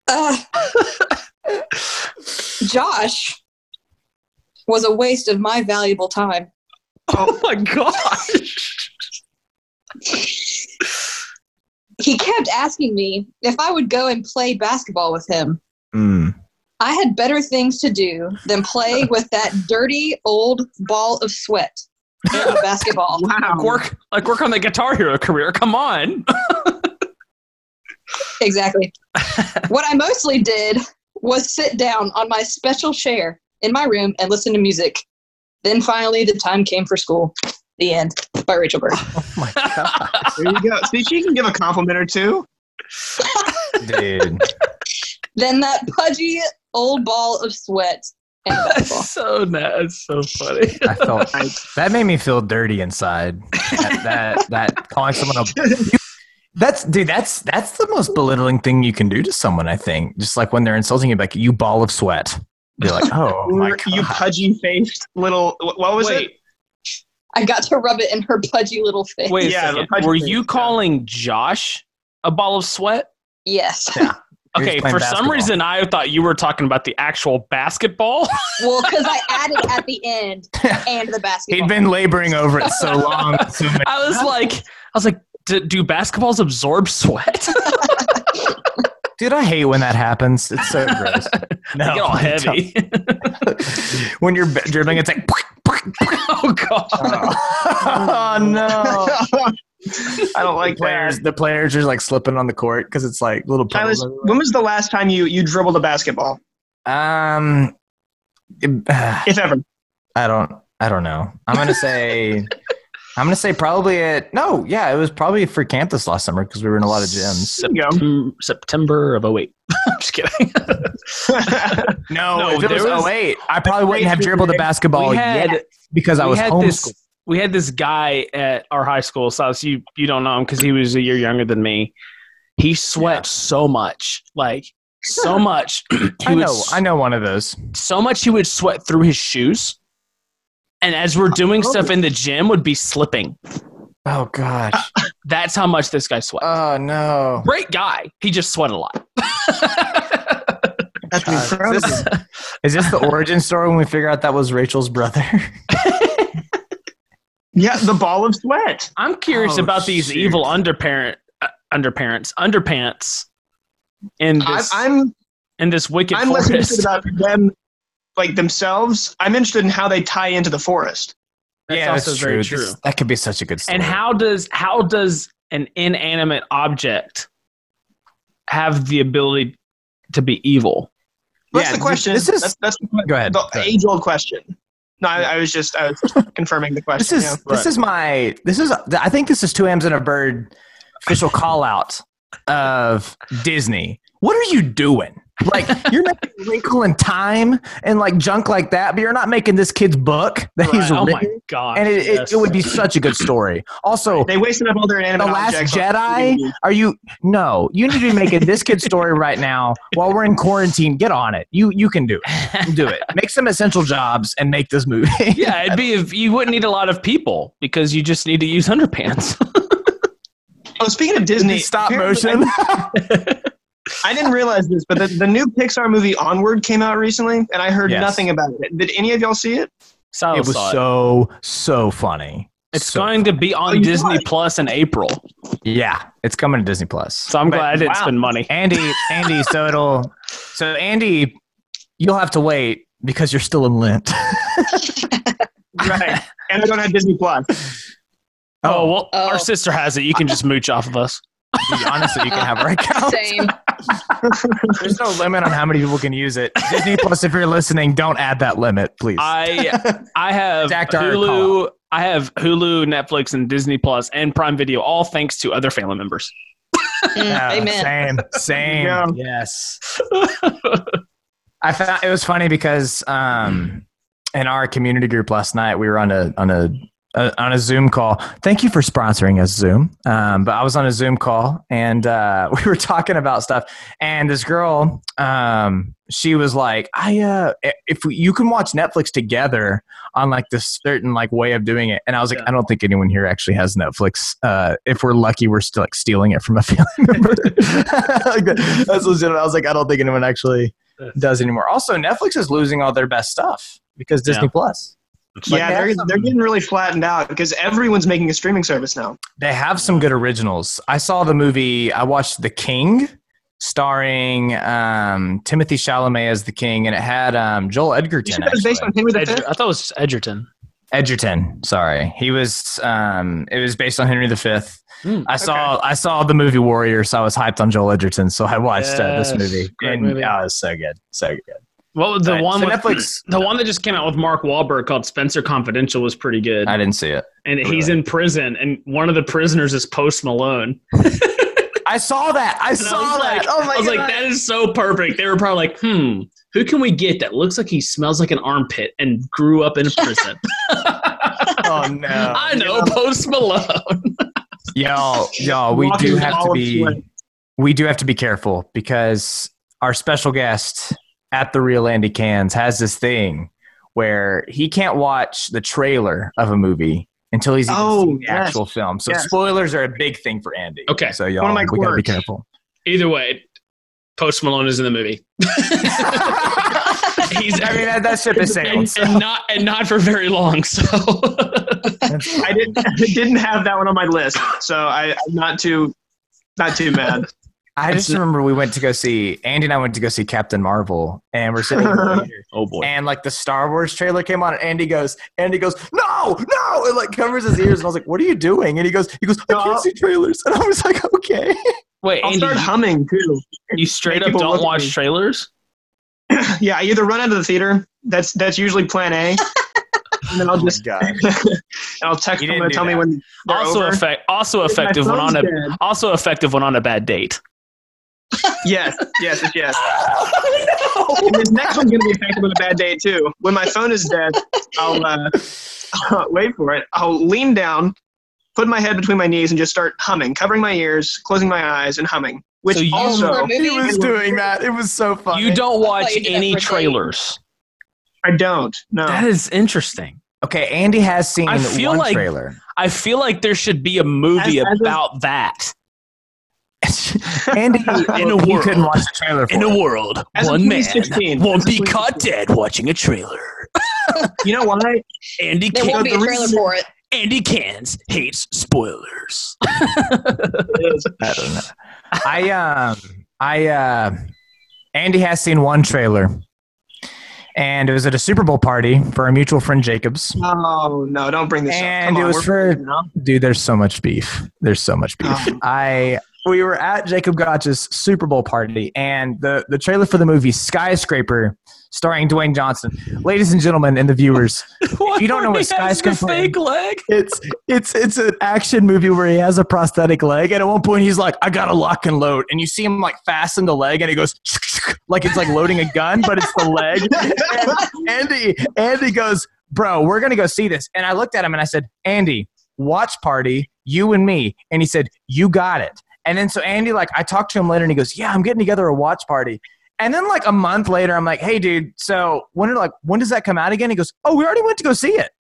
Speaker 4: Uh, Josh was a waste of my valuable time.
Speaker 3: Oh my gosh.
Speaker 4: He kept asking me if I would go and play basketball with him.
Speaker 1: Mm.
Speaker 4: I had better things to do than play with that dirty old ball of sweat in basketball.
Speaker 3: Like work, like work on the Guitar Hero career. Come on.
Speaker 4: Exactly. what I mostly did was sit down on my special chair in my room and listen to music. Then finally, the time came for school. The end by Rachel Bird.
Speaker 1: Oh
Speaker 5: there you go. See, she can give a compliment or two.
Speaker 1: Dude.
Speaker 4: then that pudgy old ball of sweat and basketball.
Speaker 3: That's so na- That's so funny.
Speaker 1: I felt that made me feel dirty inside. That that, that calling someone a that's dude. That's that's the most belittling thing you can do to someone. I think just like when they're insulting you, like you ball of sweat. You're like, oh my
Speaker 5: Or
Speaker 1: god,
Speaker 5: you pudgy faced little. wh- What was
Speaker 3: Wait,
Speaker 4: I got to rub it in her pudgy little face.
Speaker 3: wait. a
Speaker 5: Yeah,
Speaker 3: second.
Speaker 5: the pudgy
Speaker 3: Were
Speaker 5: face,
Speaker 3: you
Speaker 5: yeah.
Speaker 3: calling Josh a ball of sweat?
Speaker 4: Yes.
Speaker 1: He was playing
Speaker 3: Okay, for some
Speaker 1: basketball.
Speaker 3: reason I thought you were talking about the actual basketball.
Speaker 4: Well, because I added at the end and the
Speaker 1: He'd
Speaker 4: basketball.
Speaker 1: been laboring over it so long. so many-
Speaker 3: I was like, I was like, D- do basketballs absorb sweat?
Speaker 1: dude, I hate when that happens. It's so gross.
Speaker 3: They get all heavy.
Speaker 1: when you're dribbling, it's like.
Speaker 3: oh god.
Speaker 1: oh no!
Speaker 5: it? I don't like
Speaker 1: the players.
Speaker 5: that.
Speaker 1: The players are like slipping on the court because it's like little.
Speaker 5: Silas,
Speaker 1: puddles everywhere.
Speaker 5: when was the last time you you dribbled a basketball,
Speaker 1: Um, it- uh,
Speaker 5: if ever?
Speaker 1: I don't. I don't know. I'm gonna say. I'm gonna say probably at no. Yeah, it was probably for camp this last summer because we were in a lot of gyms.
Speaker 5: There you go.
Speaker 3: Septem- September of 08. I'm just kidding. No,
Speaker 1: if it
Speaker 3: there
Speaker 1: was,
Speaker 3: was-
Speaker 1: 08, I probably wouldn't have dribbled the basketball
Speaker 3: we had
Speaker 1: yet because I
Speaker 3: we
Speaker 1: was
Speaker 3: had
Speaker 1: homeschooled.
Speaker 3: this we had this guy at our high school, Silas. You you don't know him because he was a year younger than me. He sweat so much, like so much. he
Speaker 1: I
Speaker 3: would
Speaker 1: know. I know one of those.
Speaker 3: so much he would sweat through his shoes. And as we're doing stuff in the gym, would be slipping.
Speaker 1: Oh gosh.
Speaker 3: That's how much this guy sweat.
Speaker 1: Oh no.
Speaker 3: Great guy. He just sweat a lot.
Speaker 5: That's
Speaker 3: Uh,
Speaker 1: God, is
Speaker 5: incredible.
Speaker 1: this- is this the origin story when we figure out that was Rachel's brother?
Speaker 5: Yeah, the ball of sweat.
Speaker 3: I'm curious
Speaker 1: Oh,
Speaker 3: about these
Speaker 1: shoot.
Speaker 3: evil underparent, uh, underparents, underpants in
Speaker 5: I,
Speaker 3: this
Speaker 5: I'm
Speaker 3: in this wicked
Speaker 5: I'm less interested
Speaker 3: forest.
Speaker 5: about them, like themselves. I'm interested in how they tie into the forest.
Speaker 3: That's also very true.
Speaker 1: This- that could be such a good story.
Speaker 3: And how does how does an inanimate object have the ability to be evil?
Speaker 5: That's
Speaker 1: Yeah,
Speaker 5: the question.
Speaker 1: this is-
Speaker 5: that's, that's the,
Speaker 1: Go ahead. Go ahead.
Speaker 5: age old question. No, I, I was just I was just confirming the question.
Speaker 1: This is
Speaker 5: yeah.
Speaker 1: this is my this is I think this is two hams and a bird official call out of Disney. What are you doing? Like you're making a wrinkle in time and like junk like that, but you're not making this kid's book that he's
Speaker 3: Right. oh my
Speaker 1: written.
Speaker 3: god!
Speaker 1: and it,
Speaker 3: yes.
Speaker 1: it, it would be such a good story. Also,
Speaker 5: they wasted up all their
Speaker 1: the
Speaker 5: inanimate
Speaker 1: Last
Speaker 5: objects on
Speaker 1: Jedi.
Speaker 5: TV.
Speaker 1: Are you? No, you need to be making this kid's story right now while we're in quarantine. Get on it. You you can do it. Do it. Make some essential jobs and make this movie.
Speaker 3: yeah, it'd be if you wouldn't need a lot of people because you just need to use underpants.
Speaker 5: Oh, speaking of Disney,
Speaker 1: Stop
Speaker 5: apparently-
Speaker 1: motion.
Speaker 5: I didn't realize this, but the, the new Pixar movie Onward came out recently, and I heard
Speaker 1: Yes.
Speaker 5: nothing about it. Did any of y'all see it?
Speaker 3: Silas
Speaker 1: it was
Speaker 3: saw
Speaker 1: so so funny.
Speaker 3: Oh, It's
Speaker 1: So-
Speaker 3: going to be on
Speaker 5: you
Speaker 3: Disney Plus in April,
Speaker 1: Yeah, it's coming to Disney Plus.
Speaker 3: so I'm
Speaker 5: But-
Speaker 3: glad I didn't
Speaker 5: wow.
Speaker 3: spend money.
Speaker 1: Andy, Andy, so it'll so Andy, you'll have to wait because you're still in Lent.
Speaker 3: Oh,
Speaker 5: Right. and I don't have Disney Plus.
Speaker 3: Oh well,
Speaker 4: Oh.
Speaker 3: our sister has it. You can just mooch off of us.
Speaker 1: honestly, you can have our account.
Speaker 4: Same.
Speaker 1: There's no limit on how many people can use it. Disney Plus, if you're listening, don't add that limit, please.
Speaker 3: I I have
Speaker 1: Exact our
Speaker 3: Hulu.
Speaker 1: call.
Speaker 3: I have Hulu, Netflix, and Disney Plus, and Prime Video, all thanks to other family members.
Speaker 1: Yeah,
Speaker 2: Amen.
Speaker 1: Same, same.
Speaker 5: Yeah.
Speaker 1: Yes. I found it was funny because um, in our community group last night we were on a on a uh, on a Zoom call. Thank you for sponsoring us, Zoom. Um, but I was on a Zoom call and uh, we were talking about stuff. And this girl, um, she was like, "I uh, if we, you can watch Netflix together on like this certain like way of doing it," and I was like,
Speaker 3: Yeah.
Speaker 1: "I don't think anyone here actually has Netflix. Uh, if we're lucky, we're still like stealing it from a family member." like that, that's legit. I was like, "I don't think anyone actually does anymore." Also, Netflix is losing all their best stuff because
Speaker 3: Yeah.
Speaker 1: Disney Plus. Like,
Speaker 5: yeah, they're,
Speaker 1: that's-
Speaker 5: they're getting really flattened out because everyone's making a streaming service now.
Speaker 1: They have some good originals. I saw the movie. I watched The King, starring um, Timothy Chalamet as the King, and it had um, Joel
Speaker 5: You
Speaker 1: Edgerton.
Speaker 5: said that was based on
Speaker 1: actually.
Speaker 5: Henry V.
Speaker 3: Edger- I thought it was Edgerton.
Speaker 1: Edgerton, sorry, he was. Um, it was based on Henry V.
Speaker 3: Hmm,
Speaker 1: I saw. I saw the movie Warrior, so I was hyped on Joel Edgerton. So I watched uh, this
Speaker 3: Yes,
Speaker 1: movie,
Speaker 3: great
Speaker 1: and
Speaker 3: movie.
Speaker 1: oh, it was so good, so good.
Speaker 3: Well, the
Speaker 1: Right,
Speaker 3: one
Speaker 1: so
Speaker 3: with,
Speaker 1: Netflix-
Speaker 3: the one that just came out with Mark Wahlberg called Spencer Confidential was pretty good,
Speaker 1: I didn't see it.
Speaker 3: and he's in prison, and one of the prisoners is Post Malone.
Speaker 1: I saw that. I
Speaker 3: And I
Speaker 1: saw
Speaker 3: was
Speaker 1: that.
Speaker 3: like-
Speaker 1: oh my
Speaker 3: I was
Speaker 1: god!
Speaker 3: like, that is so perfect. They were probably like, hmm, who can we get that looks like he smells like an armpit and grew up in prison?
Speaker 1: oh no!
Speaker 3: I know, Post Malone.
Speaker 1: y'all, y'all, we
Speaker 5: Walking
Speaker 1: do
Speaker 5: the
Speaker 1: have to
Speaker 5: olive
Speaker 1: be.
Speaker 5: sweat.
Speaker 1: we do have to be careful because our special guest at the real Andy Cans has this thing where he can't watch the trailer of a movie until he's even
Speaker 5: Oh,
Speaker 1: seen the
Speaker 5: yes.
Speaker 1: actual film. So
Speaker 5: Yes.
Speaker 1: spoilers are a big thing for Andy.
Speaker 3: Okay.
Speaker 1: so y'all,
Speaker 5: One of my
Speaker 1: we gotta be
Speaker 5: quirks.
Speaker 1: careful.
Speaker 3: Either way, Post Malone is in the movie. He's
Speaker 1: I mean, that, that ship is sailed.
Speaker 3: and, and not and not for very long. So
Speaker 5: I didn't I didn't have that one on my list, so I, I'm not too not too mad.
Speaker 1: I just remember we went to go see Andy and I went to go see Captain Marvel, and we're sitting in the theater,
Speaker 3: oh boy.
Speaker 1: and like the Star Wars trailer came on, and Andy goes, Andy goes, no, no, and like covers his ears, and I was like, what are you doing? And he goes, he goes, I
Speaker 5: No.
Speaker 1: can't see trailers, and I was like, okay.
Speaker 3: Wait,
Speaker 5: I'll
Speaker 3: Andy,
Speaker 5: start humming too.
Speaker 3: you straight
Speaker 5: make
Speaker 3: up
Speaker 5: people look
Speaker 3: don't
Speaker 5: at
Speaker 3: watch
Speaker 5: me.
Speaker 3: trailers?
Speaker 5: Yeah, I either run out of the theater. That's that's usually plan A. And then I'll just
Speaker 1: Oh God.
Speaker 5: and I'll text
Speaker 1: You
Speaker 5: them
Speaker 1: didn't
Speaker 5: and
Speaker 1: do
Speaker 5: tell me
Speaker 1: that.
Speaker 5: when they're
Speaker 3: Also
Speaker 5: over.
Speaker 3: effect also
Speaker 5: My
Speaker 3: effective when
Speaker 5: phone's
Speaker 3: on a
Speaker 5: dead.
Speaker 3: also effective when on a bad date.
Speaker 5: Yes, yes, it's yes. And this next one's gonna be effective on a bad day too. When my phone is dead, I'll uh, wait for it. I'll lean down, put my head between my knees, and just start humming, covering my ears, closing my eyes, and humming. Which
Speaker 3: So you-
Speaker 5: also
Speaker 2: For a movie?
Speaker 1: he was doing that. It was so funny.
Speaker 3: You don't
Speaker 2: I
Speaker 3: watch
Speaker 2: thought you did that
Speaker 3: any
Speaker 2: for a date.
Speaker 3: trailers.
Speaker 5: I don't.
Speaker 6: Oh.
Speaker 5: No.
Speaker 3: That is interesting.
Speaker 1: Okay, Andy has seen
Speaker 3: I feel
Speaker 1: one
Speaker 3: like-
Speaker 1: trailer.
Speaker 3: I feel like there should be a movie
Speaker 5: As- as a-
Speaker 3: about that
Speaker 1: Andy,
Speaker 3: In a
Speaker 1: you
Speaker 3: world.
Speaker 1: couldn't watch the trailer for
Speaker 3: in
Speaker 1: it.
Speaker 3: a world
Speaker 5: As of
Speaker 3: one man
Speaker 5: 2016.
Speaker 3: won't
Speaker 5: As of
Speaker 3: be caught
Speaker 5: 2016.
Speaker 3: dead watching a trailer.
Speaker 5: You know why?
Speaker 3: Andy
Speaker 6: There
Speaker 3: Can-
Speaker 6: won't be a trailer for it.
Speaker 3: Andy Cans hates spoilers.
Speaker 1: I don't know. I um, I uh, Andy has seen one trailer, and it was at a Super Bowl party for our mutual friend Jacobs.
Speaker 5: Oh no! Don't bring this up.
Speaker 1: And
Speaker 5: Come
Speaker 1: it
Speaker 5: on,
Speaker 1: was
Speaker 5: we're-
Speaker 1: for
Speaker 5: No.
Speaker 1: dude. There's so much beef. There's so much beef. I we were at Jacob Gotch's Super Bowl party, and the the trailer for the movie Skyscraper, starring Dwayne Johnson. Ladies and gentlemen, and the viewers, you don't know what skyscraper-
Speaker 3: fake leg.
Speaker 1: it's it's it's an action movie where he has a prosthetic leg, and at one point he's like, "I got to lock and load," and you see him like fasten the leg, and he goes like it's like loading a gun, but it's the leg. And Andy Andy goes, "Bro, we're gonna go see this," and I looked at him and I said, "Andy, watch party, you and me," and he said, "You got it." And then so Andy like I talked to him later, and he goes, "Yeah, I'm getting together a watch party." And then like a month later, I'm like, "Hey, dude, so when are like when does that come out again?" He goes, "Oh, we already went to go see it."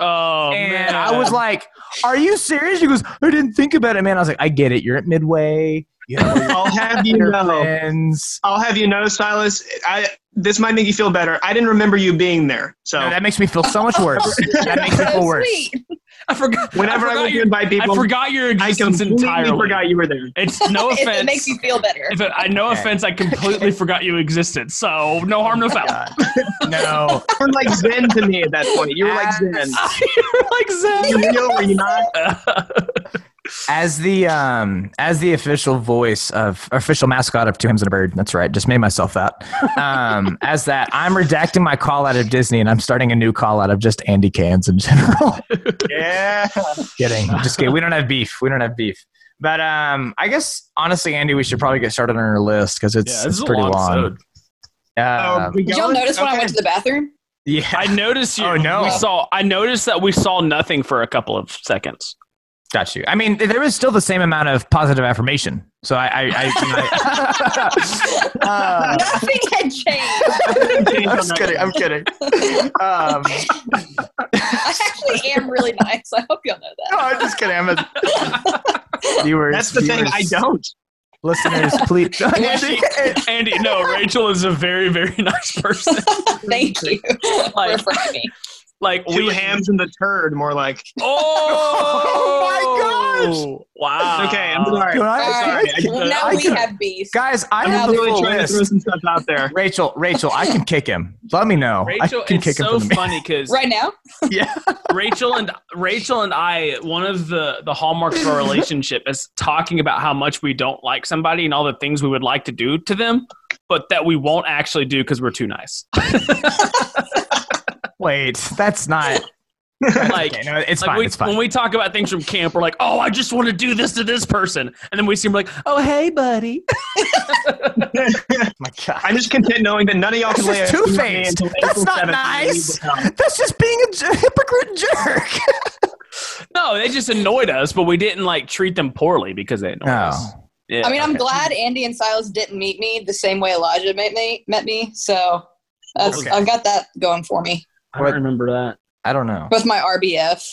Speaker 3: Oh
Speaker 1: and
Speaker 3: man,
Speaker 1: I was like, "Are you serious?" He goes, "I didn't think about it, man." I was like, "I get it. You're at Midway. You have all
Speaker 5: I'll have you
Speaker 1: your
Speaker 5: know.
Speaker 1: friends."
Speaker 5: I'll have you know, Silas. I this might make you feel better. I didn't remember you being there. So
Speaker 1: No, that makes me feel so much worse. That makes me
Speaker 6: So
Speaker 1: feel worse.
Speaker 6: sweet.
Speaker 3: I forgot.
Speaker 5: whenever
Speaker 3: I
Speaker 5: I,
Speaker 3: forgot,
Speaker 5: went to
Speaker 3: your,
Speaker 5: invite
Speaker 3: I
Speaker 5: people,
Speaker 3: forgot your
Speaker 5: I,
Speaker 3: existence
Speaker 5: completely
Speaker 3: entirely.
Speaker 5: forgot you were there.
Speaker 3: It's no
Speaker 6: If
Speaker 3: offense.
Speaker 6: it makes you feel better.
Speaker 3: If it- I no
Speaker 1: Okay.
Speaker 3: offense, I completely forgot you existed. So no harm,
Speaker 6: Oh
Speaker 3: no foul.
Speaker 1: God. No,
Speaker 5: You were like Zen to me at that point. You were like Zen.
Speaker 1: Yes.
Speaker 3: You're like Zen.
Speaker 5: You know, were you not?
Speaker 1: As the um as the official voice of official mascot of Two Hams and a Bird, that's right, just made myself that. Um, as that, I'm redacting my call out of Disney and I'm starting a new call out of just Andy Cans in general.
Speaker 5: Yeah.
Speaker 1: kidding. I'm just kidding. We don't have beef. We don't have beef. But um I guess honestly, Andy, we should probably get started on our list because it's,
Speaker 3: this
Speaker 1: it's
Speaker 3: is a
Speaker 1: pretty
Speaker 3: long
Speaker 1: long.
Speaker 3: episode. Um,
Speaker 1: Uh,
Speaker 5: we
Speaker 6: Did y'all
Speaker 5: going?
Speaker 6: notice when I
Speaker 5: Okay.
Speaker 6: went to the bathroom?
Speaker 1: yeah.
Speaker 3: I noticed you.
Speaker 1: Oh, no.
Speaker 3: We saw. I noticed that we saw nothing for a couple of seconds.
Speaker 1: Got you. I mean, th- there was still the same amount of positive affirmation. So I, I, I, I uh,
Speaker 6: Nothing had changed.
Speaker 1: I'm just kidding. I'm kidding. Um,
Speaker 6: I actually am really nice. I hope y'all know
Speaker 1: no,
Speaker 6: that.
Speaker 1: I'm just kidding. I'm a viewers.
Speaker 5: That's the thing.
Speaker 1: viewers,
Speaker 5: I don't.
Speaker 1: Listeners, please. Andy,
Speaker 3: Andy, no, Rachel is a very, very nice person.
Speaker 6: Thank you for
Speaker 3: Like-
Speaker 6: referring me.
Speaker 3: Like
Speaker 5: Two
Speaker 3: we
Speaker 5: hams and the turd, more like.
Speaker 3: Oh, my gosh! Wow.
Speaker 5: Okay,
Speaker 6: "Ah."
Speaker 5: I'm sorry.
Speaker 1: Can I-
Speaker 6: All right.
Speaker 5: I can-
Speaker 6: now
Speaker 1: I
Speaker 6: we
Speaker 1: can-
Speaker 6: have beef.
Speaker 1: guys, I
Speaker 5: I'm
Speaker 1: have the
Speaker 5: really
Speaker 1: full
Speaker 5: trying to throw
Speaker 1: list.
Speaker 5: some stuff out there.
Speaker 1: Rachel, Rachel, I can kick him. Let me know.
Speaker 3: Rachel,
Speaker 1: I can
Speaker 3: it's
Speaker 1: kick
Speaker 3: so
Speaker 1: him. From the
Speaker 3: funny because
Speaker 6: Right now?
Speaker 3: Rachel and Rachel and I, one of the the hallmarks of our relationship is talking about how much we don't like somebody and all the things we would like to do to them, but that we won't actually do because we're too nice.
Speaker 1: Wait, that's not.
Speaker 3: Like.
Speaker 1: Okay, no, it's
Speaker 3: like,
Speaker 1: fine.
Speaker 3: we-
Speaker 1: it's fine.
Speaker 3: when we talk about things from camp, we're like, "Oh, I just want to do this to this person," and then we seem like, "Oh, hey, buddy."
Speaker 1: My God.
Speaker 5: I'm just content knowing that none of y'all
Speaker 1: That's
Speaker 5: can lay a
Speaker 1: just
Speaker 5: finger on me
Speaker 1: two-faced.
Speaker 5: until
Speaker 1: That's
Speaker 5: April
Speaker 1: not
Speaker 5: 7th.
Speaker 1: nice. That's just being a j- hypocrite jerk.
Speaker 3: No, they just annoyed us, but we didn't like treat them poorly because they
Speaker 1: Oh.
Speaker 3: annoyed us.
Speaker 1: No.
Speaker 3: Yeah.
Speaker 6: I mean, I'm glad Andy and Silas didn't meet me the same way Elijah met me. Met me so that's,
Speaker 1: Okay.
Speaker 6: I've got that going for me
Speaker 3: I don't remember that.
Speaker 1: Oh. I don't know.
Speaker 6: with my RBF.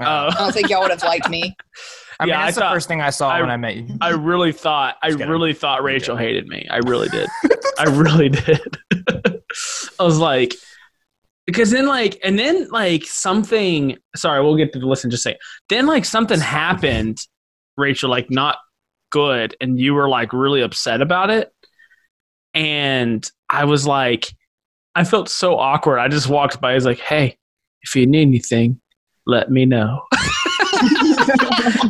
Speaker 3: Uh,
Speaker 6: I don't think y'all would have liked me.
Speaker 1: I mean,
Speaker 3: Yeah, I
Speaker 1: that's the
Speaker 3: thought-
Speaker 1: first thing I saw
Speaker 3: I-
Speaker 1: when I met you.
Speaker 3: I really thought I
Speaker 1: Just kidding.
Speaker 3: really thought Rachel hated me. I really did. I really did. I was like because then like and then like something sorry, we'll get to the listen just say. Then like something happened, Rachel, like not good, and you were like really upset about it. And I was like, I felt so awkward. I just walked by, I was like, hey, if you need anything, let me know.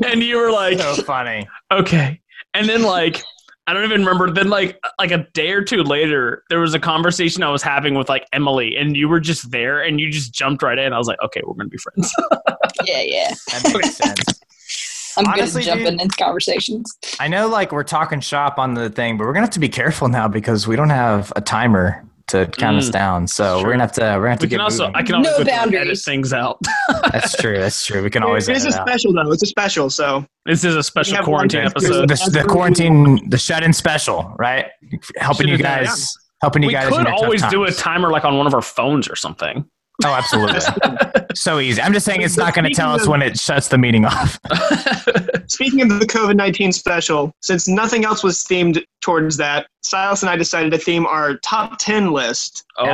Speaker 3: and you were like
Speaker 1: so funny.
Speaker 3: okay and then like i don't even remember then like like a day or two later there was a conversation i was having with like emily and you were just there and you just jumped right in i was like okay we're gonna be friends
Speaker 6: Yeah, yeah.
Speaker 1: That makes sense.
Speaker 6: I'm
Speaker 1: Honestly,
Speaker 6: good at jumping
Speaker 1: dude-
Speaker 6: into conversations.
Speaker 1: I know, like, we're talking shop on the thing, but we're gonna have to be careful now because we don't have a timer to count us
Speaker 3: Mm,
Speaker 1: down. So
Speaker 3: true.
Speaker 1: we're gonna have to. We're gonna have to
Speaker 3: we
Speaker 1: get
Speaker 3: can also i
Speaker 1: moving.
Speaker 3: can always
Speaker 6: No
Speaker 3: go through and edit
Speaker 6: boundaries.
Speaker 3: things out
Speaker 1: That's true. That's true. We can always.
Speaker 5: It is
Speaker 1: edit
Speaker 5: a
Speaker 1: out.
Speaker 5: special though. It's a special, so
Speaker 3: this is a special
Speaker 5: have
Speaker 3: quarantine
Speaker 5: one
Speaker 1: The,
Speaker 3: episode
Speaker 1: the quarantine, the shut-in special, right? Helping you
Speaker 3: Shut it down,
Speaker 1: guys, helping you
Speaker 3: we
Speaker 1: guys. in
Speaker 3: could
Speaker 1: your tough
Speaker 3: always do a
Speaker 1: times.
Speaker 3: timer like on one of our phones or something
Speaker 1: Oh, absolutely. so easy. I'm just saying it's not going to tell us when it shuts the meeting off.
Speaker 5: Speaking of the COVID 19 special, since nothing else was themed towards that, Silas and I decided to theme our top 10 list.
Speaker 3: oh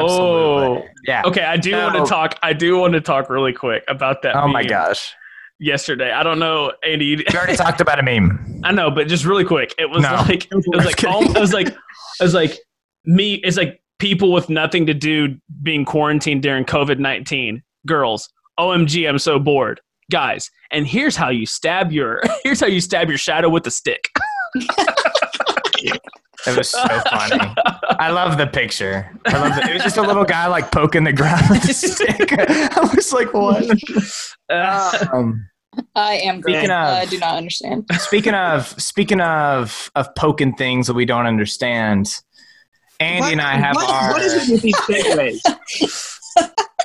Speaker 1: Absolutely. Yeah.
Speaker 3: okay i do want
Speaker 1: No.
Speaker 3: to talk i do want to talk really quick about that
Speaker 1: Oh my
Speaker 3: meme
Speaker 1: gosh.
Speaker 3: yesterday i don't know andy
Speaker 1: We already talked about a meme.
Speaker 3: I know, but just really quick, it was
Speaker 1: No.
Speaker 3: like it was like all, it was like it was like me. It's like people with nothing to do being quarantined during COVID nineteen. Girls, OMG, I'm so bored. Guys, and here's how you stab your here's how you stab your shadow with a stick.
Speaker 1: It was so funny. I love the picture. I love the, it. was just a little guy like poking the ground with a stick. I was like, what?
Speaker 3: Uh,
Speaker 1: Um,
Speaker 6: I am
Speaker 1: Speaking
Speaker 6: great. I
Speaker 1: of-
Speaker 6: do not understand.
Speaker 1: speaking of speaking of of poking things that we don't understand, Andy
Speaker 5: What-
Speaker 1: and I have
Speaker 5: what-
Speaker 1: our.
Speaker 5: What is it with these segues?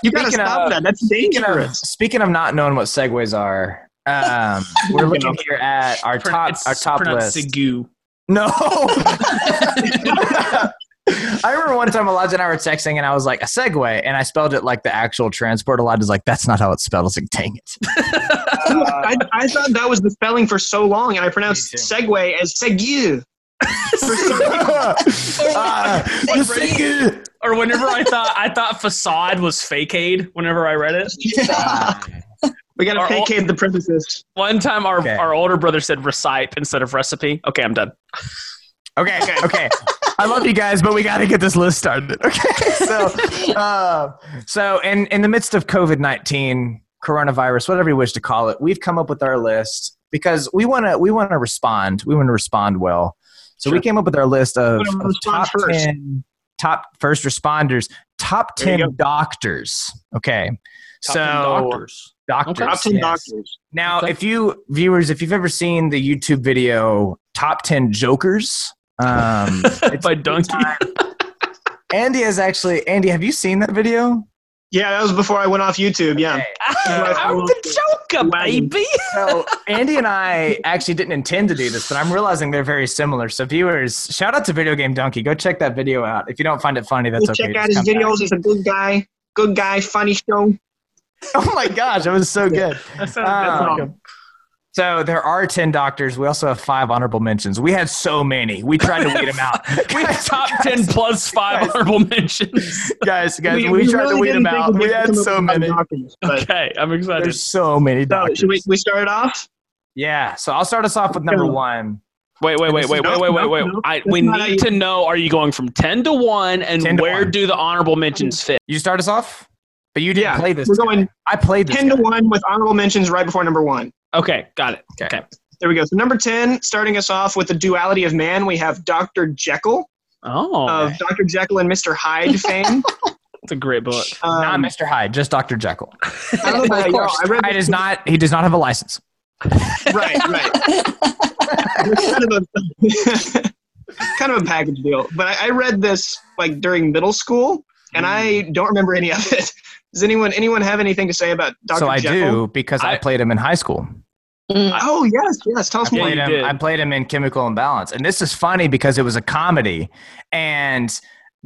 Speaker 5: you gotta
Speaker 1: Speaking
Speaker 5: stop
Speaker 1: of-
Speaker 5: that. That's
Speaker 1: Speaking of,
Speaker 5: dangerous.
Speaker 1: speaking of not knowing what segues are, um, we're looking here at our top
Speaker 3: it's
Speaker 1: our top
Speaker 3: pronounced
Speaker 1: list.
Speaker 3: Sigu.
Speaker 1: No. I remember one time Elijah and I were texting, and I was like, a Segway, and I spelled it like the actual transport. Elijah's like, that's not how it's spelled. I was like, dang it. uh,
Speaker 5: I, I thought that was the spelling for so long, and I pronounced
Speaker 1: Me too.
Speaker 5: segue as
Speaker 1: Uh,
Speaker 5: segue.
Speaker 1: Ah, the Segway.
Speaker 3: Or whenever I thought I thought facade was fakeade. Whenever I read it,
Speaker 6: uh,
Speaker 5: We gotta
Speaker 3: Are all-
Speaker 5: vacate the premises.
Speaker 3: one time our
Speaker 1: Okay.
Speaker 3: our older brother said recite instead of recipe. Okay, I'm done.
Speaker 1: Okay, okay. I love you guys, but we got to get this list started. Okay, so, uh, so in in the midst of COVID nineteen, coronavirus, whatever you wish to call it, we've come up with our list because we want to we want to respond. We want to respond well. So we came up with our list of,
Speaker 5: Wanna
Speaker 1: of
Speaker 5: respond
Speaker 1: top
Speaker 5: first.
Speaker 1: ten top first responders, top
Speaker 5: There you
Speaker 1: ten doctors. Okay,
Speaker 3: Top
Speaker 1: so
Speaker 3: 10 doctors.
Speaker 1: doctors.
Speaker 5: Top ten
Speaker 1: yes.
Speaker 5: doctors.
Speaker 1: Now,
Speaker 3: Okay.
Speaker 1: if you viewers, if you've ever seen the YouTube video "Top Ten Jokers" um, it's
Speaker 3: by
Speaker 1: a good
Speaker 3: Donkey.
Speaker 1: time. Andy has actually. Andy, have you seen that video?
Speaker 5: Yeah, that was before I went off YouTube. Yeah. Uh,
Speaker 3: I'm the Joker, baby.
Speaker 1: So Andy and I actually didn't intend to do this, but I'm realizing they're very similar. So viewers, shout out to Video Game Donkey. Go check that video out. If you don't find it funny, that's
Speaker 5: Go
Speaker 1: okay.
Speaker 5: check out his
Speaker 1: Just come back.
Speaker 5: videos. He's a good guy. Good guy. Funny show.
Speaker 1: Oh my gosh, it was so good.
Speaker 5: That's,
Speaker 1: Um, So there are ten doctors. We also have five honorable mentions. We had so many. We tried to weed them out.
Speaker 3: We have top
Speaker 1: Guys,
Speaker 3: ten plus five
Speaker 1: guys.
Speaker 3: honorable mentions.
Speaker 1: guys, guys. We, tried to weed them out. We had so many.
Speaker 3: Okay, I'm excited.
Speaker 1: There's so many
Speaker 5: So,
Speaker 1: doctors.
Speaker 5: should we, we start it off?
Speaker 1: yeah. So I'll start us off with number one.
Speaker 3: Wait, wait, wait,
Speaker 5: This
Speaker 3: wait,
Speaker 5: is-
Speaker 3: wait, wait, wait,
Speaker 5: nope,
Speaker 3: wait.
Speaker 5: nope,
Speaker 3: I,
Speaker 5: nope.
Speaker 3: we
Speaker 5: That's not
Speaker 3: need to know: Are you going from ten to one,
Speaker 1: 10
Speaker 3: and
Speaker 1: to
Speaker 3: where
Speaker 1: one.
Speaker 3: do the honorable mentions fit?
Speaker 1: You start us off, but you didn't
Speaker 5: Yeah,
Speaker 1: play this.
Speaker 5: We're
Speaker 1: guy.
Speaker 5: going
Speaker 1: I played this.
Speaker 5: 10 to
Speaker 1: guy.
Speaker 5: 1 with honorable mentions right before number 1.
Speaker 3: Okay, got it.
Speaker 5: There we go. So, number 10, starting us off with the duality of man, we have Dr. Jekyll
Speaker 3: Oh,
Speaker 5: of
Speaker 3: that's
Speaker 5: Dr. Jekyll and Mr. Hyde fame.
Speaker 3: a great book.
Speaker 5: Um,
Speaker 1: Not Mr. Hyde, just Dr. Jekyll.
Speaker 5: I don't know about y'all. I read
Speaker 1: Hyde
Speaker 5: this-
Speaker 1: is not. He does not have a license.
Speaker 5: right, right. It's kind of a kind of a package deal. But I, I read this like during middle school, and I
Speaker 1: Hmm.
Speaker 5: don't remember any of it. Does anyone anyone have anything to say about Doctor?
Speaker 1: so I do because I,
Speaker 3: I-
Speaker 1: played him in high school.
Speaker 5: Oh yes, yes. Tell us
Speaker 1: I
Speaker 5: more.
Speaker 1: played
Speaker 3: you
Speaker 1: him.
Speaker 3: did.
Speaker 1: I played him in Chemical Imbalance, and this is funny because it was a comedy, and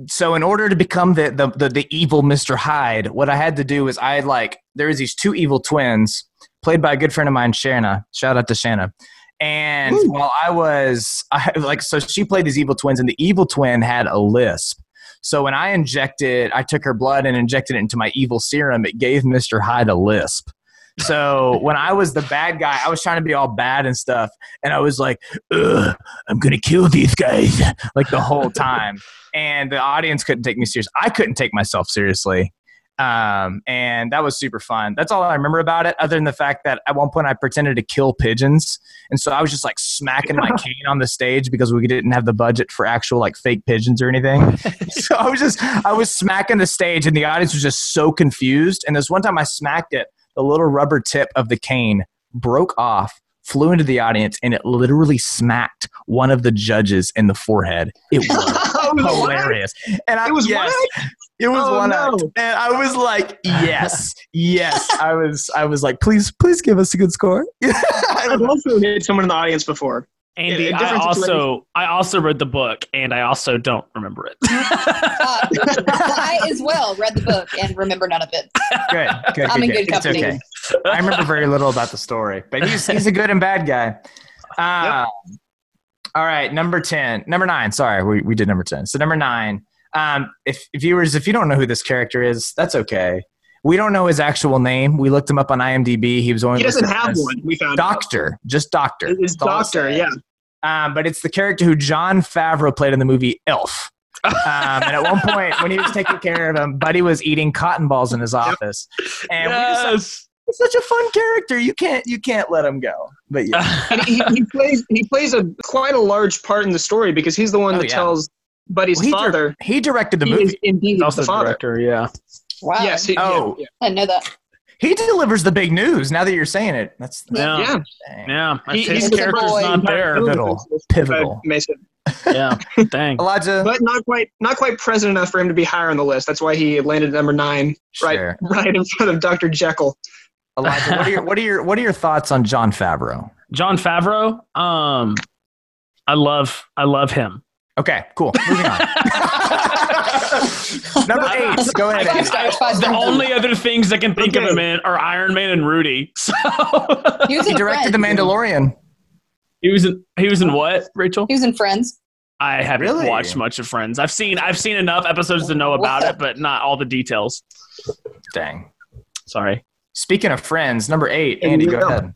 Speaker 1: so in order to become the the the, the evil Mr. Hyde, what I had to do is I had, like there was these two evil twins played by a good friend of mine, Shanna. Shout out to Shanna. And
Speaker 5: Ooh.
Speaker 1: while I was I, like, so she played these evil twins, and the evil twin had a lisp. So when I injected, I took her blood and injected it into my evil serum. It gave Mr. Hyde a lisp. So when I was the bad guy, I was trying to be all bad and stuff, and I was like, Ugh, "I'm gonna kill these guys," like the whole time. and the audience couldn't take me serious. I couldn't take myself seriously, um, and that was super fun. That's all I remember about it, other than the fact that at one point I pretended to kill pigeons, and so I was just like smacking my cane on the stage because we didn't have the budget for actual like fake pigeons or anything. so I was just I was smacking the stage, and the audience was just so confused. And this one time I smacked it the little rubber tip of the cane broke off, flew into the audience, and it literally smacked one of the judges in the forehead. It was
Speaker 5: Oh, no.
Speaker 1: hilarious. And I
Speaker 5: It was
Speaker 1: yes,
Speaker 5: what?
Speaker 1: It was
Speaker 5: Oh,
Speaker 1: one
Speaker 5: no.
Speaker 1: act. And I was like, yes, yes. I was I was like, please, please give us a good score. I don't
Speaker 5: I've
Speaker 1: know.
Speaker 5: also hit someone in the audience before.
Speaker 3: Andy,
Speaker 5: a
Speaker 3: I
Speaker 5: different
Speaker 3: also
Speaker 5: situation.
Speaker 3: I also read the book, and I also don't remember it.
Speaker 6: Uh, I as well read the book and remember none of it.
Speaker 1: good, good,
Speaker 6: I'm
Speaker 1: good,
Speaker 6: in
Speaker 1: good.
Speaker 6: good
Speaker 1: It's
Speaker 6: company.
Speaker 1: okay. I remember very little about the story, but he's, he's a good and bad guy. Uh, All right, number 10, number nine. Sorry, we, we did number 10. So, number nine. Um, if viewers, if you don't know who this character is, that's okay. We don't know his actual name. We looked him up on IMDb. He was only
Speaker 5: He doesn't
Speaker 1: listed
Speaker 5: have
Speaker 1: as
Speaker 5: one. We found out.
Speaker 1: Doctor, just doctor.
Speaker 5: uh, It is
Speaker 1: That's all it
Speaker 5: doctor.
Speaker 1: said.
Speaker 5: Yeah.
Speaker 1: Um, but it's the character who John Favreau played in the movie Elf. Um, and at one point, when he was taking care of him, Buddy was eating cotton balls in his office, and we just
Speaker 3: yes.
Speaker 1: he's such a fun character. You can't you can't let him go. But yeah,
Speaker 5: And he, he plays he plays a quite a large part in the story because he's the one
Speaker 1: Oh,
Speaker 5: that
Speaker 1: yeah.
Speaker 5: tells Buddy's
Speaker 1: Well, he dir-
Speaker 5: father
Speaker 1: he directed the
Speaker 5: he
Speaker 1: movie.
Speaker 5: is indeed
Speaker 3: also
Speaker 5: the
Speaker 3: the
Speaker 5: father.
Speaker 3: director. Yeah.
Speaker 6: Wow.
Speaker 5: Yes. He,
Speaker 1: Oh.
Speaker 5: yeah,
Speaker 6: I didn't know that.
Speaker 1: He delivers the big news. Now that you're saying it, that's
Speaker 3: Yeah.
Speaker 5: yeah.
Speaker 3: Yeah.
Speaker 1: dang.
Speaker 3: His-
Speaker 5: He-
Speaker 3: his
Speaker 6: he's a
Speaker 3: character's
Speaker 6: boy.
Speaker 3: not there.
Speaker 1: Pivotal. Pivotal.
Speaker 5: uh, Mason.
Speaker 3: yeah. Dang.
Speaker 1: Elijah.
Speaker 5: but not quite not quite present enough for him to be higher on the list. That's why he landed at number nine, right,
Speaker 1: Sure.
Speaker 5: right in front of Dr. Jekyll.
Speaker 1: Elijah, what are your what are your what are your thoughts on John Favreau?
Speaker 3: John Favreau. Um, I love I love him.
Speaker 1: Okay, cool. Moving on. Number eight. Go ahead.
Speaker 6: Five
Speaker 1: Andy.
Speaker 6: stars. Five
Speaker 3: The
Speaker 6: stars.
Speaker 3: only other things I can think of
Speaker 5: Okay.
Speaker 3: him in are Iron Man and Rudy. So
Speaker 6: he was
Speaker 1: He
Speaker 6: in
Speaker 1: directed
Speaker 6: Friends.
Speaker 1: The Mandalorian.
Speaker 3: he was in he was in what? Rachel?
Speaker 6: He was in Friends.
Speaker 3: I haven't
Speaker 1: Really?
Speaker 3: watched much of Friends. I've seen I've seen enough episodes to know about it, but not all the details.
Speaker 1: Dang.
Speaker 3: Sorry.
Speaker 1: Speaking of friends, number eight. Andy, go ahead.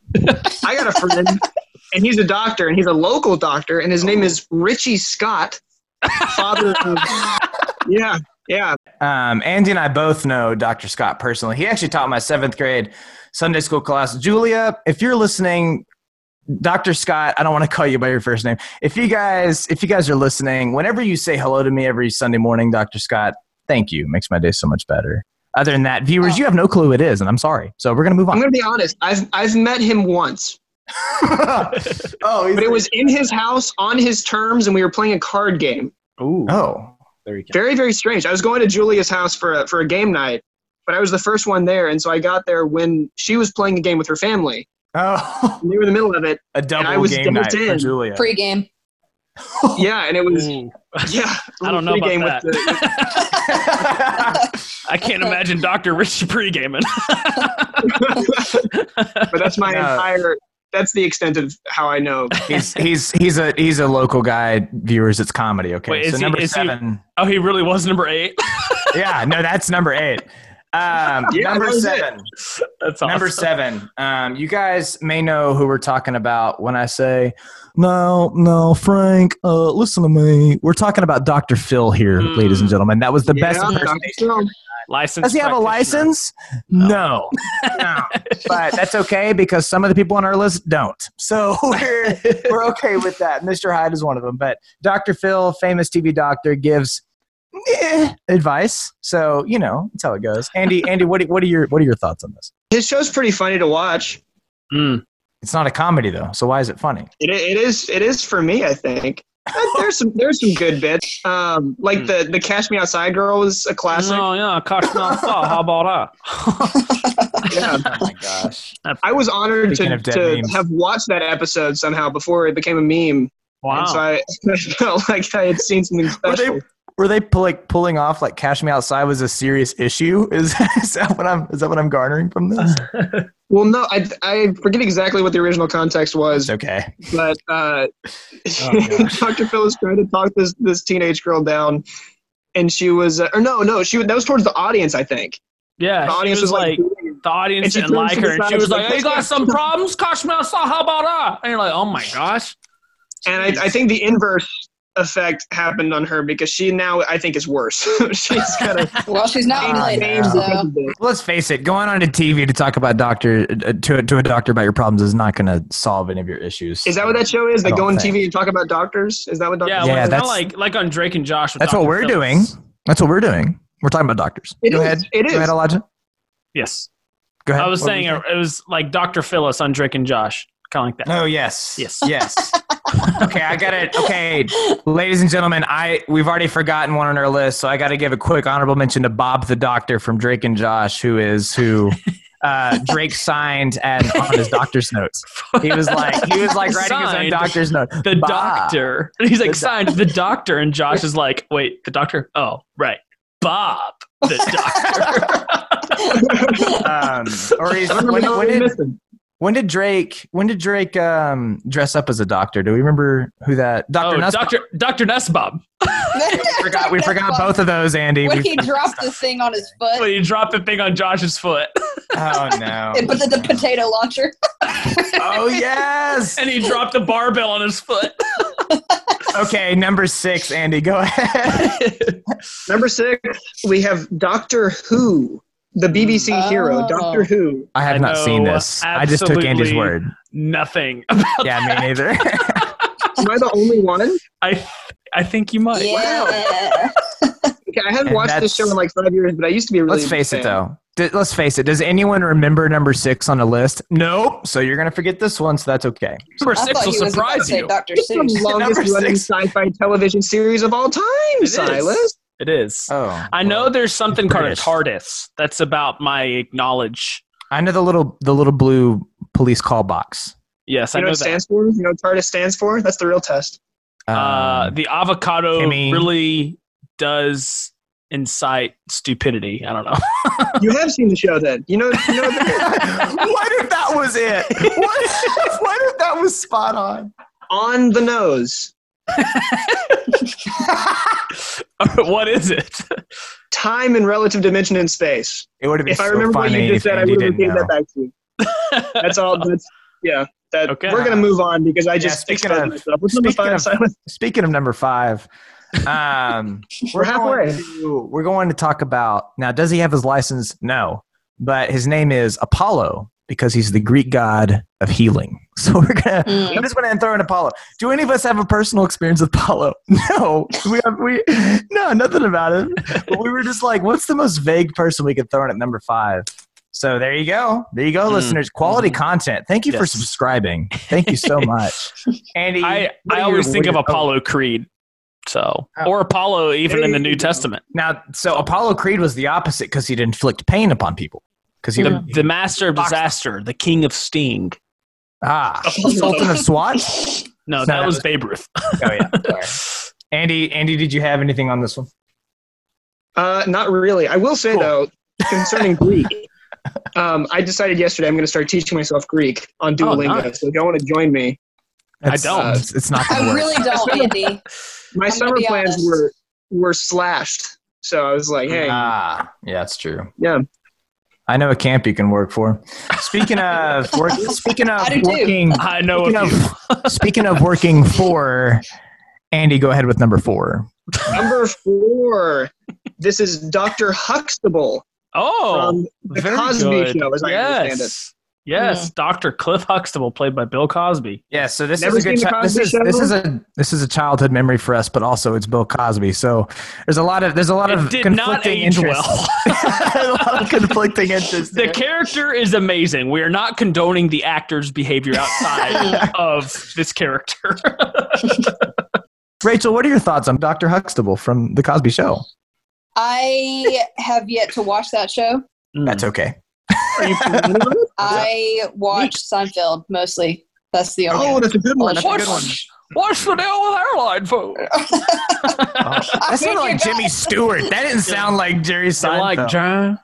Speaker 5: I got a friend, and he's a doctor, and he's a local doctor, and his name
Speaker 3: Oh.
Speaker 5: is Richie Scott, father of. Yeah, yeah.
Speaker 1: Um, Andy and I both know Dr. Scott personally. He actually taught my seventh grade Sunday school class. Julia, if you're listening, Dr. Scott, I don't want to call you by your first name. If you guys, if you guys are listening, whenever you say hello to me every Sunday morning, Dr. Scott, thank you. It makes my day so much better. Other than that, viewers, you have no clue who it is, and I'm sorry. So we're gonna move
Speaker 5: I'm
Speaker 1: on.
Speaker 5: gonna be honest. I've I've met him once,
Speaker 1: oh, he's
Speaker 5: but it was in his house on his terms, and we were playing a card game.
Speaker 3: Ooh,
Speaker 1: oh,
Speaker 3: there you go.
Speaker 5: Very very strange. I was going to Julia's house for a, for a game night, but I was the first one there, and so I got there when she was playing a game with her family.
Speaker 1: oh,
Speaker 5: And we were in the middle of it.
Speaker 1: a double
Speaker 5: I was
Speaker 1: game night
Speaker 5: doubled
Speaker 1: for
Speaker 5: in.
Speaker 1: Julia.
Speaker 6: Pre-game.
Speaker 5: Yeah, and it was
Speaker 3: Ooh.
Speaker 5: yeah.
Speaker 3: I don't know about
Speaker 5: Pre-game
Speaker 3: that.
Speaker 5: With the,
Speaker 3: I can't imagine Dr. Richie pre-gaming.
Speaker 5: but that's my
Speaker 1: No.
Speaker 5: entire. That's the extent of how I know.
Speaker 1: he's he's he's a he's a local guy. Viewers, it's comedy. Okay,
Speaker 3: Wait, is
Speaker 1: so
Speaker 3: he-
Speaker 1: number
Speaker 3: is he-
Speaker 1: seven.
Speaker 3: oh, he really was number eight.
Speaker 1: yeah, no, that's number eight. Um,
Speaker 5: Yeah,
Speaker 1: number
Speaker 5: that was it.
Speaker 1: seven.
Speaker 3: That's awesome.
Speaker 1: Number seven. Um, you guys may know who we're talking about when I say, no, no, Frank, uh, listen to me. We're talking about Dr. Phil here,
Speaker 3: Mm.
Speaker 1: ladies and gentlemen. That was the best.
Speaker 5: Yeah,
Speaker 1: person-
Speaker 5: so-
Speaker 3: License.
Speaker 1: Does he have a
Speaker 3: practitioner.
Speaker 1: license? No. no. But that's okay because some of the people on our list don't. So we're, we're okay with that. Mr. Hyde is one of them. But Dr. Phil, famous TV doctor, gives eh, advice. So, you know, that's how it goes. Andy, Andy, what, do- what, are your, what are your thoughts on this?
Speaker 5: his show's pretty funny to watch.
Speaker 3: Mm.
Speaker 1: It's not a comedy though, so why is it funny?
Speaker 5: It, it is it is for me. I think Uh, there's some there's some good bits. Um, like
Speaker 3: Hmm.
Speaker 5: the the Cash Me Outside girl was a classic.
Speaker 3: No, yeah, cock not saw. How about uh, that?
Speaker 5: Yeah.
Speaker 1: Oh my gosh!
Speaker 5: I was honored
Speaker 1: Speaking
Speaker 5: to,
Speaker 1: of dead
Speaker 5: to
Speaker 1: memes.
Speaker 5: have watched that episode somehow before it became a meme.
Speaker 3: Wow.
Speaker 5: And so I, I felt like I had seen something
Speaker 1: Were they-
Speaker 5: special.
Speaker 1: Were they pull, like pulling off like "Cash Me Outside" was a serious issue? Is, is that what I'm is that what I'm garnering from this?
Speaker 5: Well, no, I, I forget exactly what the original context was,
Speaker 1: It's okay.
Speaker 5: but
Speaker 1: Oh,
Speaker 5: uh,
Speaker 3: gosh.
Speaker 5: Dr. Phil was trying to talk this this teenage girl down, and she was, uh, or no, no, she was- that was towards the audience, I think.
Speaker 3: yeah,
Speaker 5: The audience
Speaker 3: she was like, the
Speaker 5: And
Speaker 3: audience
Speaker 5: she
Speaker 3: didn't
Speaker 5: turns
Speaker 3: like her,
Speaker 5: to the
Speaker 3: and
Speaker 5: side,
Speaker 3: she was
Speaker 5: she's
Speaker 3: like,
Speaker 5: like,
Speaker 3: "Hey, you got some problems, Kashmir saw how about that?" And you're like, "Oh my gosh!"
Speaker 5: and I, I think the inverse effect happened on her because she now I think is worse. She's kind of
Speaker 6: Well, she's not
Speaker 1: Ah,
Speaker 6: related,
Speaker 1: yeah.
Speaker 6: so
Speaker 1: Let's face it, going on to TV to talk about doctor uh, to to a doctor about your problems is not going to solve any of your issues.
Speaker 5: Is that what that show is? They
Speaker 1: I don't
Speaker 5: go on
Speaker 1: think.
Speaker 5: TV and talk about doctors. Is that what? Doctors
Speaker 3: Yeah,
Speaker 1: Yeah,
Speaker 3: well, it's kind
Speaker 1: that's-
Speaker 3: of like like on Drake and Josh. with
Speaker 1: That's what
Speaker 3: Dr.
Speaker 1: we're
Speaker 3: Phillips.
Speaker 1: doing. That's what we're doing. We're talking about doctors.
Speaker 5: It
Speaker 1: Go
Speaker 5: is.
Speaker 1: ahead.
Speaker 5: It
Speaker 1: Go ahead,
Speaker 5: is.
Speaker 1: Elijah.
Speaker 3: Yes,
Speaker 1: Go ahead.
Speaker 3: I was
Speaker 1: What were
Speaker 3: saying uh,
Speaker 1: you
Speaker 3: it, it was like Dr. Phyllis on Drake and Josh, kind of like that.
Speaker 1: Oh yes,
Speaker 3: Yes.
Speaker 1: yes. okay, I got it. Okay, ladies and gentlemen, I we've already forgotten one on our list, so I got to give a quick honorable mention to Bob the Doctor from Drake and Josh, who is who uh, Drake signed and on his doctor's notes. He was like he was like writing his own
Speaker 3: Signed
Speaker 1: doctor's note.
Speaker 3: The
Speaker 1: Bob.
Speaker 3: doctor. And he's like,
Speaker 1: The doc-
Speaker 3: signed the doctor. And Josh is like, wait, the doctor? Oh, right. Bob, the doctor.
Speaker 1: Um, or he's,
Speaker 5: I don't
Speaker 1: when,
Speaker 5: remember
Speaker 1: when
Speaker 5: what we
Speaker 1: did,
Speaker 5: missed them.
Speaker 1: when did Drake when did Drake um, dress up as a doctor? Do we remember who that Doctor?
Speaker 3: oh, Dr. Dr. Nussbaum.
Speaker 1: we forgot we forgot both of those, Andy.
Speaker 6: when
Speaker 1: We-
Speaker 6: he dropped this thing on his foot,
Speaker 3: When he dropped the thing on Josh's foot.
Speaker 1: oh no!
Speaker 6: it put the, the potato launcher.
Speaker 1: oh yes!
Speaker 3: And he dropped the barbell on his foot.
Speaker 1: Okay, number six, Andy, go ahead.
Speaker 5: Number six, we have Doctor Who, the BBC hero,
Speaker 6: Oh.
Speaker 5: Doctor Who.
Speaker 1: I have
Speaker 3: I
Speaker 1: not seen
Speaker 3: know
Speaker 1: this. I just took Andy's
Speaker 3: absolutely-
Speaker 1: word.
Speaker 3: Nothing. about-
Speaker 1: Yeah, me neither.
Speaker 5: Am I the only one?
Speaker 3: I I think you might.
Speaker 6: Yeah.
Speaker 5: Okay, I haven't
Speaker 1: And
Speaker 5: watched this show
Speaker 1: that's-
Speaker 5: in like five years, but I used to be a really.
Speaker 1: Let's
Speaker 5: big
Speaker 1: face it,
Speaker 5: fan.
Speaker 1: though. D- let's face it. Does anyone remember number six on the list? Nope. So you're gonna forget this one, so that's okay.
Speaker 3: Number
Speaker 6: I
Speaker 3: six
Speaker 6: thought
Speaker 3: will
Speaker 6: he was about to
Speaker 3: surprise
Speaker 6: say
Speaker 3: you.
Speaker 6: Dr.
Speaker 5: It's the
Speaker 6: Seuss.
Speaker 1: Number
Speaker 5: longest running
Speaker 1: six.
Speaker 5: sci-fi television series of all time,
Speaker 3: is.
Speaker 5: Silas.
Speaker 3: It is.
Speaker 1: Oh,
Speaker 3: I know there's something called a
Speaker 1: British.
Speaker 3: TARDIS. That's about my knowledge.
Speaker 1: I know the little the little blue police call box.
Speaker 3: Yes,
Speaker 5: You
Speaker 3: I
Speaker 5: know
Speaker 3: know
Speaker 5: what it
Speaker 3: that.
Speaker 5: stands for? You know what TARDIS stands for? That's the real test.
Speaker 3: uh,
Speaker 1: Um,
Speaker 3: the avocado
Speaker 1: Timmy.
Speaker 3: really does incite stupidity. I don't know.
Speaker 5: You have seen the show then. You know, you know that
Speaker 1: what if that was it? What, what if that was spot on?
Speaker 5: on the nose.
Speaker 3: what is it?
Speaker 5: Time and relative dimension in space.
Speaker 1: It would have been
Speaker 5: if I
Speaker 1: so
Speaker 5: remember what
Speaker 1: funny
Speaker 5: you just
Speaker 1: if
Speaker 5: said, I
Speaker 1: Andy
Speaker 5: would have
Speaker 1: didn't
Speaker 5: repeated
Speaker 1: know.
Speaker 5: that back to you. That's all. That's yeah. That
Speaker 3: Okay.
Speaker 5: we're gonna move on because I just
Speaker 1: speaking
Speaker 5: exposed
Speaker 1: of-
Speaker 5: myself. What's number
Speaker 1: speaking
Speaker 5: five,
Speaker 1: of-
Speaker 5: Silas?
Speaker 1: Speaking of number five, um,
Speaker 5: We're
Speaker 1: going
Speaker 5: halfway.
Speaker 1: to- we're going to talk about now. Does he have his license? No, but his name is Apollo because he's the Greek god of healing. So we're gonna
Speaker 3: Hmm.
Speaker 1: I'm just gonna throw in Apollo. Do any of us have a personal experience with Apollo? No, we have, we no nothing about it. But we were just like, what's the most vague person we could throw in at number five? So there you go, there you go,
Speaker 3: Mm.
Speaker 1: listeners. Quality content. Thank you for
Speaker 3: Yes.
Speaker 1: subscribing. Thank you so much, Andy.
Speaker 3: I,
Speaker 1: what
Speaker 3: I
Speaker 1: are
Speaker 3: always
Speaker 1: your-
Speaker 3: think of
Speaker 1: what are your-
Speaker 3: Apollo Creed. So
Speaker 1: Oh.
Speaker 3: or Apollo even in the
Speaker 5: There
Speaker 3: New
Speaker 5: you go.
Speaker 3: Testament.
Speaker 1: Now, so Apollo Creed was the opposite because he'd inflict pain upon people. Because he
Speaker 3: The,
Speaker 1: would,
Speaker 3: the master of
Speaker 1: Boxing.
Speaker 3: disaster, the king of sting.
Speaker 1: ah, Sultan of SWAT.
Speaker 3: No,
Speaker 1: So
Speaker 3: that,
Speaker 1: that
Speaker 3: was
Speaker 1: was-
Speaker 3: Babe Ruth.
Speaker 1: Oh yeah. Sorry. Andy, Andy, did you have anything on this one?
Speaker 5: Uh, not really. I will say
Speaker 1: Cool.
Speaker 5: though, concerning Greek, um, I decided yesterday I'm going to start teaching myself Greek on
Speaker 3: Oh,
Speaker 5: Duolingo.
Speaker 3: nice.
Speaker 5: So if y'all want to join me,
Speaker 3: I
Speaker 1: It's-
Speaker 3: don't.
Speaker 1: It's, it's not going to
Speaker 6: I
Speaker 1: work.
Speaker 6: really don't, Andy.
Speaker 5: my
Speaker 6: I'm gonna
Speaker 5: summer
Speaker 6: be
Speaker 5: plans
Speaker 6: honest.
Speaker 5: were were slashed. So I was like, hey,
Speaker 1: Ah, yeah, that's true.
Speaker 5: Yeah.
Speaker 1: I know a camp you can work for. Speaking of work, speaking of
Speaker 6: I do too.
Speaker 1: working,
Speaker 3: I know
Speaker 1: speaking
Speaker 3: of you.
Speaker 1: of, speaking of working for Andy, go ahead with number four.
Speaker 5: number four. This is Dr. Huxtable
Speaker 3: Oh,
Speaker 5: from The
Speaker 3: very
Speaker 5: Cosby
Speaker 3: good.
Speaker 5: Show, as I understand it.
Speaker 3: yes. Yes, Dr. Cliff Huxtable, played by Bill Cosby.
Speaker 1: Yeah, so this
Speaker 5: Never
Speaker 1: is a good.
Speaker 5: seen The
Speaker 1: chi- this
Speaker 5: Cosby
Speaker 1: is this
Speaker 5: Show?
Speaker 1: is a this is a childhood memory for us, but also it's Bill Cosby. So there's a lot of there's a lot
Speaker 3: It
Speaker 1: of
Speaker 3: did not
Speaker 1: conflicting
Speaker 3: age
Speaker 1: interests.
Speaker 3: well.
Speaker 1: a lot of conflicting interests.
Speaker 3: The
Speaker 1: there.
Speaker 3: character is amazing. We are not condoning the actor's behavior outside of this character.
Speaker 1: Rachel, what are your thoughts on Dr. Huxtable from The Cosby Show?
Speaker 6: I have yet to watch that show.
Speaker 1: That's okay.
Speaker 5: Are you familiar with it?
Speaker 6: I watch Seinfeld mostly. That's the only.
Speaker 5: Oh, that's a good one. That's a good one.
Speaker 3: What's, what's the deal with airline food?
Speaker 1: That sounded like Jimmy Stewart. That didn't sound like Jerry Seinfeld.
Speaker 3: John.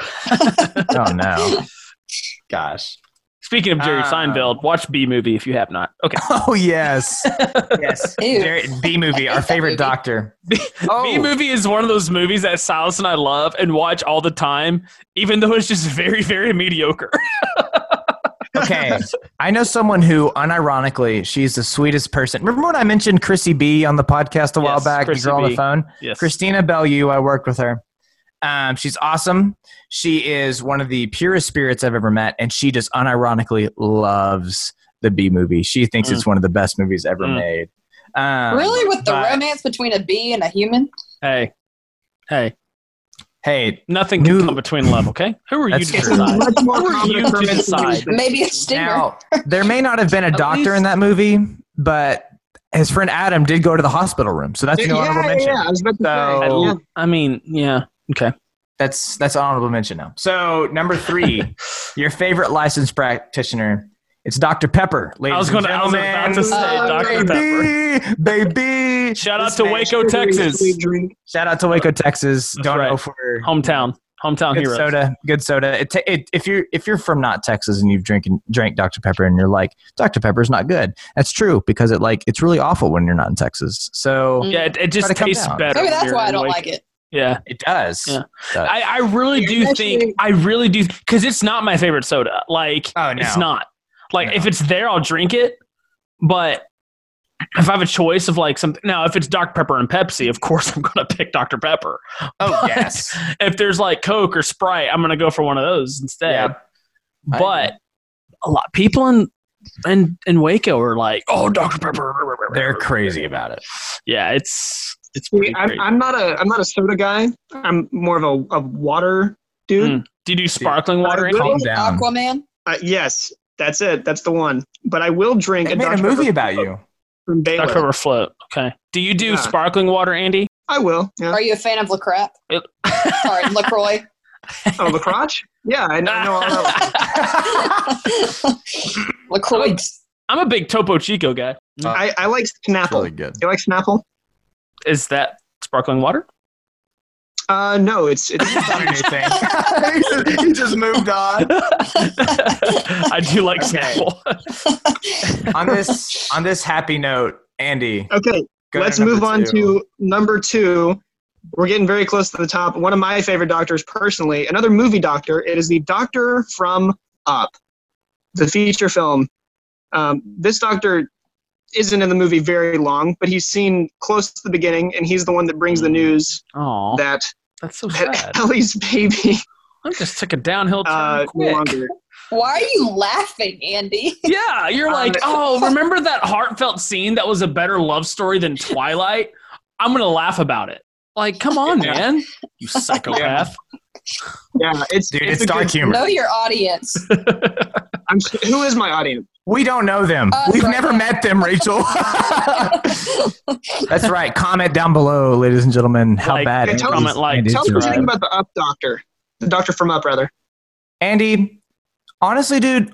Speaker 1: oh no. Gosh.
Speaker 3: Speaking of Jerry
Speaker 1: Ah.
Speaker 3: Seinfeld, watch B movie if you have not. Okay,
Speaker 1: Oh yes. yes.
Speaker 6: Ew.
Speaker 1: Jerry, B movie, our favorite
Speaker 6: movie.
Speaker 1: doctor.
Speaker 5: Oh,
Speaker 3: B movie is one of those movies that Silas and I love and watch all the time, even though it's just very, very mediocre.
Speaker 1: okay. I know someone who, unironically, she's the sweetest person. Remember when I mentioned Chrissy B on the podcast a while
Speaker 3: Yes,
Speaker 1: back?
Speaker 3: Chrissy
Speaker 1: the girl on
Speaker 3: B.
Speaker 1: the phone.
Speaker 3: yes,
Speaker 1: Christina Bellew, I worked with her. Um, she's awesome. She is one of the purest spirits I've ever met, and she just unironically loves the B movie. She thinks it's one of the best movies ever
Speaker 3: Mm.
Speaker 1: made. Um,
Speaker 6: really, with the
Speaker 1: but-
Speaker 6: romance between a bee and a human?
Speaker 3: Hey, hey,
Speaker 1: Hey,
Speaker 3: nothing can
Speaker 1: New-
Speaker 3: come between love. Okay, who are you to
Speaker 1: That's true.
Speaker 3: decide?
Speaker 5: Much more
Speaker 3: Who are
Speaker 5: common
Speaker 3: you to
Speaker 5: occurrence than
Speaker 3: decide?
Speaker 5: you think.
Speaker 6: Maybe it's Stinger.
Speaker 1: now there may not have been a
Speaker 3: At
Speaker 1: doctor
Speaker 3: least-
Speaker 1: in that movie, but his friend Adam did go to the hospital room, so that's an honorable
Speaker 5: yeah,
Speaker 1: mention.
Speaker 5: yeah, I was about to
Speaker 1: So-
Speaker 5: say. Yeah.
Speaker 3: I mean, yeah, okay.
Speaker 1: That's that's an honorable mention now. So number three, your favorite licensed practitioner. It's Dr. Pepper. Ladies
Speaker 3: I was
Speaker 1: going
Speaker 3: gonna, I was about to say
Speaker 6: Oh,
Speaker 3: Dr. Pepper.
Speaker 1: baby, baby.
Speaker 3: Shout out
Speaker 1: This
Speaker 3: to
Speaker 1: man-
Speaker 3: Waco, Texas,
Speaker 5: Sweet drink.
Speaker 1: Shout out to Waco, Texas.
Speaker 3: That's
Speaker 1: Don't
Speaker 3: right.
Speaker 1: know for
Speaker 3: hometown, hometown
Speaker 1: good
Speaker 3: hero.
Speaker 1: soda. Good soda. It, ta- it, if you're if you're from not Texas and you've drinking drank Dr Pepper and you're like Dr Pepper's not good. That's true because it like it's really awful when you're not in Texas. So
Speaker 3: Yeah, it, it just
Speaker 1: Gotta come
Speaker 3: tastes
Speaker 1: down.
Speaker 3: better.
Speaker 6: Maybe
Speaker 3: when
Speaker 6: that's
Speaker 3: you're
Speaker 6: why I
Speaker 3: in
Speaker 6: don't
Speaker 3: Waco.
Speaker 6: like it.
Speaker 3: Yeah,
Speaker 1: it does.
Speaker 3: Yeah.
Speaker 1: Does.
Speaker 3: I, I really do think I really do because it's not my favorite soda. Like,
Speaker 1: oh no,
Speaker 3: it's not. Like,
Speaker 1: No.
Speaker 3: if it's there, I'll drink it. But if I have a choice of like something, now if it's Dr Pepper and Pepsi, of course I'm gonna pick Dr Pepper.
Speaker 1: Oh yes.
Speaker 3: If there's like Coke or Sprite, I'm gonna go for one of those instead.
Speaker 1: Yeah. I
Speaker 3: but a lot people in in in Waco are like, oh, Dr Pepper.
Speaker 1: They're crazy about it.
Speaker 3: Yeah, it's it's
Speaker 5: See,
Speaker 3: pretty
Speaker 5: I'm,
Speaker 3: great.
Speaker 5: I'm not a I'm not a soda guy. I'm more of a, a water dude.
Speaker 3: Mm. do you do sparkling water?
Speaker 5: I
Speaker 3: in it?
Speaker 1: Calm
Speaker 5: will-
Speaker 1: down.
Speaker 6: Aquaman.
Speaker 5: Uh, yes, that's it. That's the one. But I will drink
Speaker 1: They
Speaker 5: a
Speaker 1: made
Speaker 5: Dr.
Speaker 1: a "Oh, movie
Speaker 5: Pepper
Speaker 1: about you.
Speaker 5: from Baylor.
Speaker 3: Dr Pepper float. Okay. Do you do
Speaker 5: Yeah.
Speaker 3: sparkling water, Andy?
Speaker 5: I will. Yeah.
Speaker 6: Are you a fan of LaCrap?
Speaker 3: It-
Speaker 6: Sorry, LaCroix.
Speaker 5: Oh, the crotch? Yeah, I know. I know all that.
Speaker 6: LaCroix.
Speaker 1: Oh.
Speaker 3: I'm a big Topo Chico guy.
Speaker 5: I, I like Snapple.
Speaker 1: good.
Speaker 5: You like Snapple?
Speaker 3: Is that sparkling water?
Speaker 5: Uh, no, it's it's.
Speaker 1: he just moved on.
Speaker 3: I do like
Speaker 1: Okay.
Speaker 3: Snapple.
Speaker 1: on this on this happy note, Andy.
Speaker 5: okay,
Speaker 1: go
Speaker 5: let's
Speaker 1: to number
Speaker 5: move on
Speaker 1: two.
Speaker 5: to number two. We're getting very close to the top. One of my favorite doctors, personally, another movie doctor. It is the Doctor from Up, the feature film. Um, this doctor isn't in the movie very long, but he's seen close to the beginning, and he's the one that brings the news
Speaker 3: Hmm. Oh,
Speaker 5: that
Speaker 3: that's so
Speaker 5: that
Speaker 3: sad.
Speaker 5: Ellie's baby
Speaker 3: I just took a downhill turn
Speaker 5: Uh, no
Speaker 3: quick.
Speaker 5: longer.
Speaker 6: Why are you laughing, Andy?
Speaker 3: Yeah, you're
Speaker 5: Um,
Speaker 3: like, oh, remember that heartfelt scene that was a better love story than Twilight? I'm gonna laugh about it. Like, come on,
Speaker 5: Yeah.
Speaker 3: man, you psychopath.
Speaker 5: Yeah, it's
Speaker 1: Dude, it's
Speaker 5: a
Speaker 1: dark
Speaker 5: good-
Speaker 1: humor.
Speaker 6: know your audience.
Speaker 5: I'm, su- who is my audience?
Speaker 1: We don't know them.
Speaker 6: Uh,
Speaker 1: We've
Speaker 6: right.
Speaker 1: never met them, Rachel. That's right. Comment down below, ladies and gentlemen, how
Speaker 3: Like,
Speaker 1: bad
Speaker 5: yeah,
Speaker 1: Andy's-
Speaker 5: comment,
Speaker 3: like,
Speaker 1: Andy's
Speaker 5: Tell us what you
Speaker 1: driving.
Speaker 5: think about the Up Doctor, the Doctor from Up, rather.
Speaker 1: Andy, honestly, dude,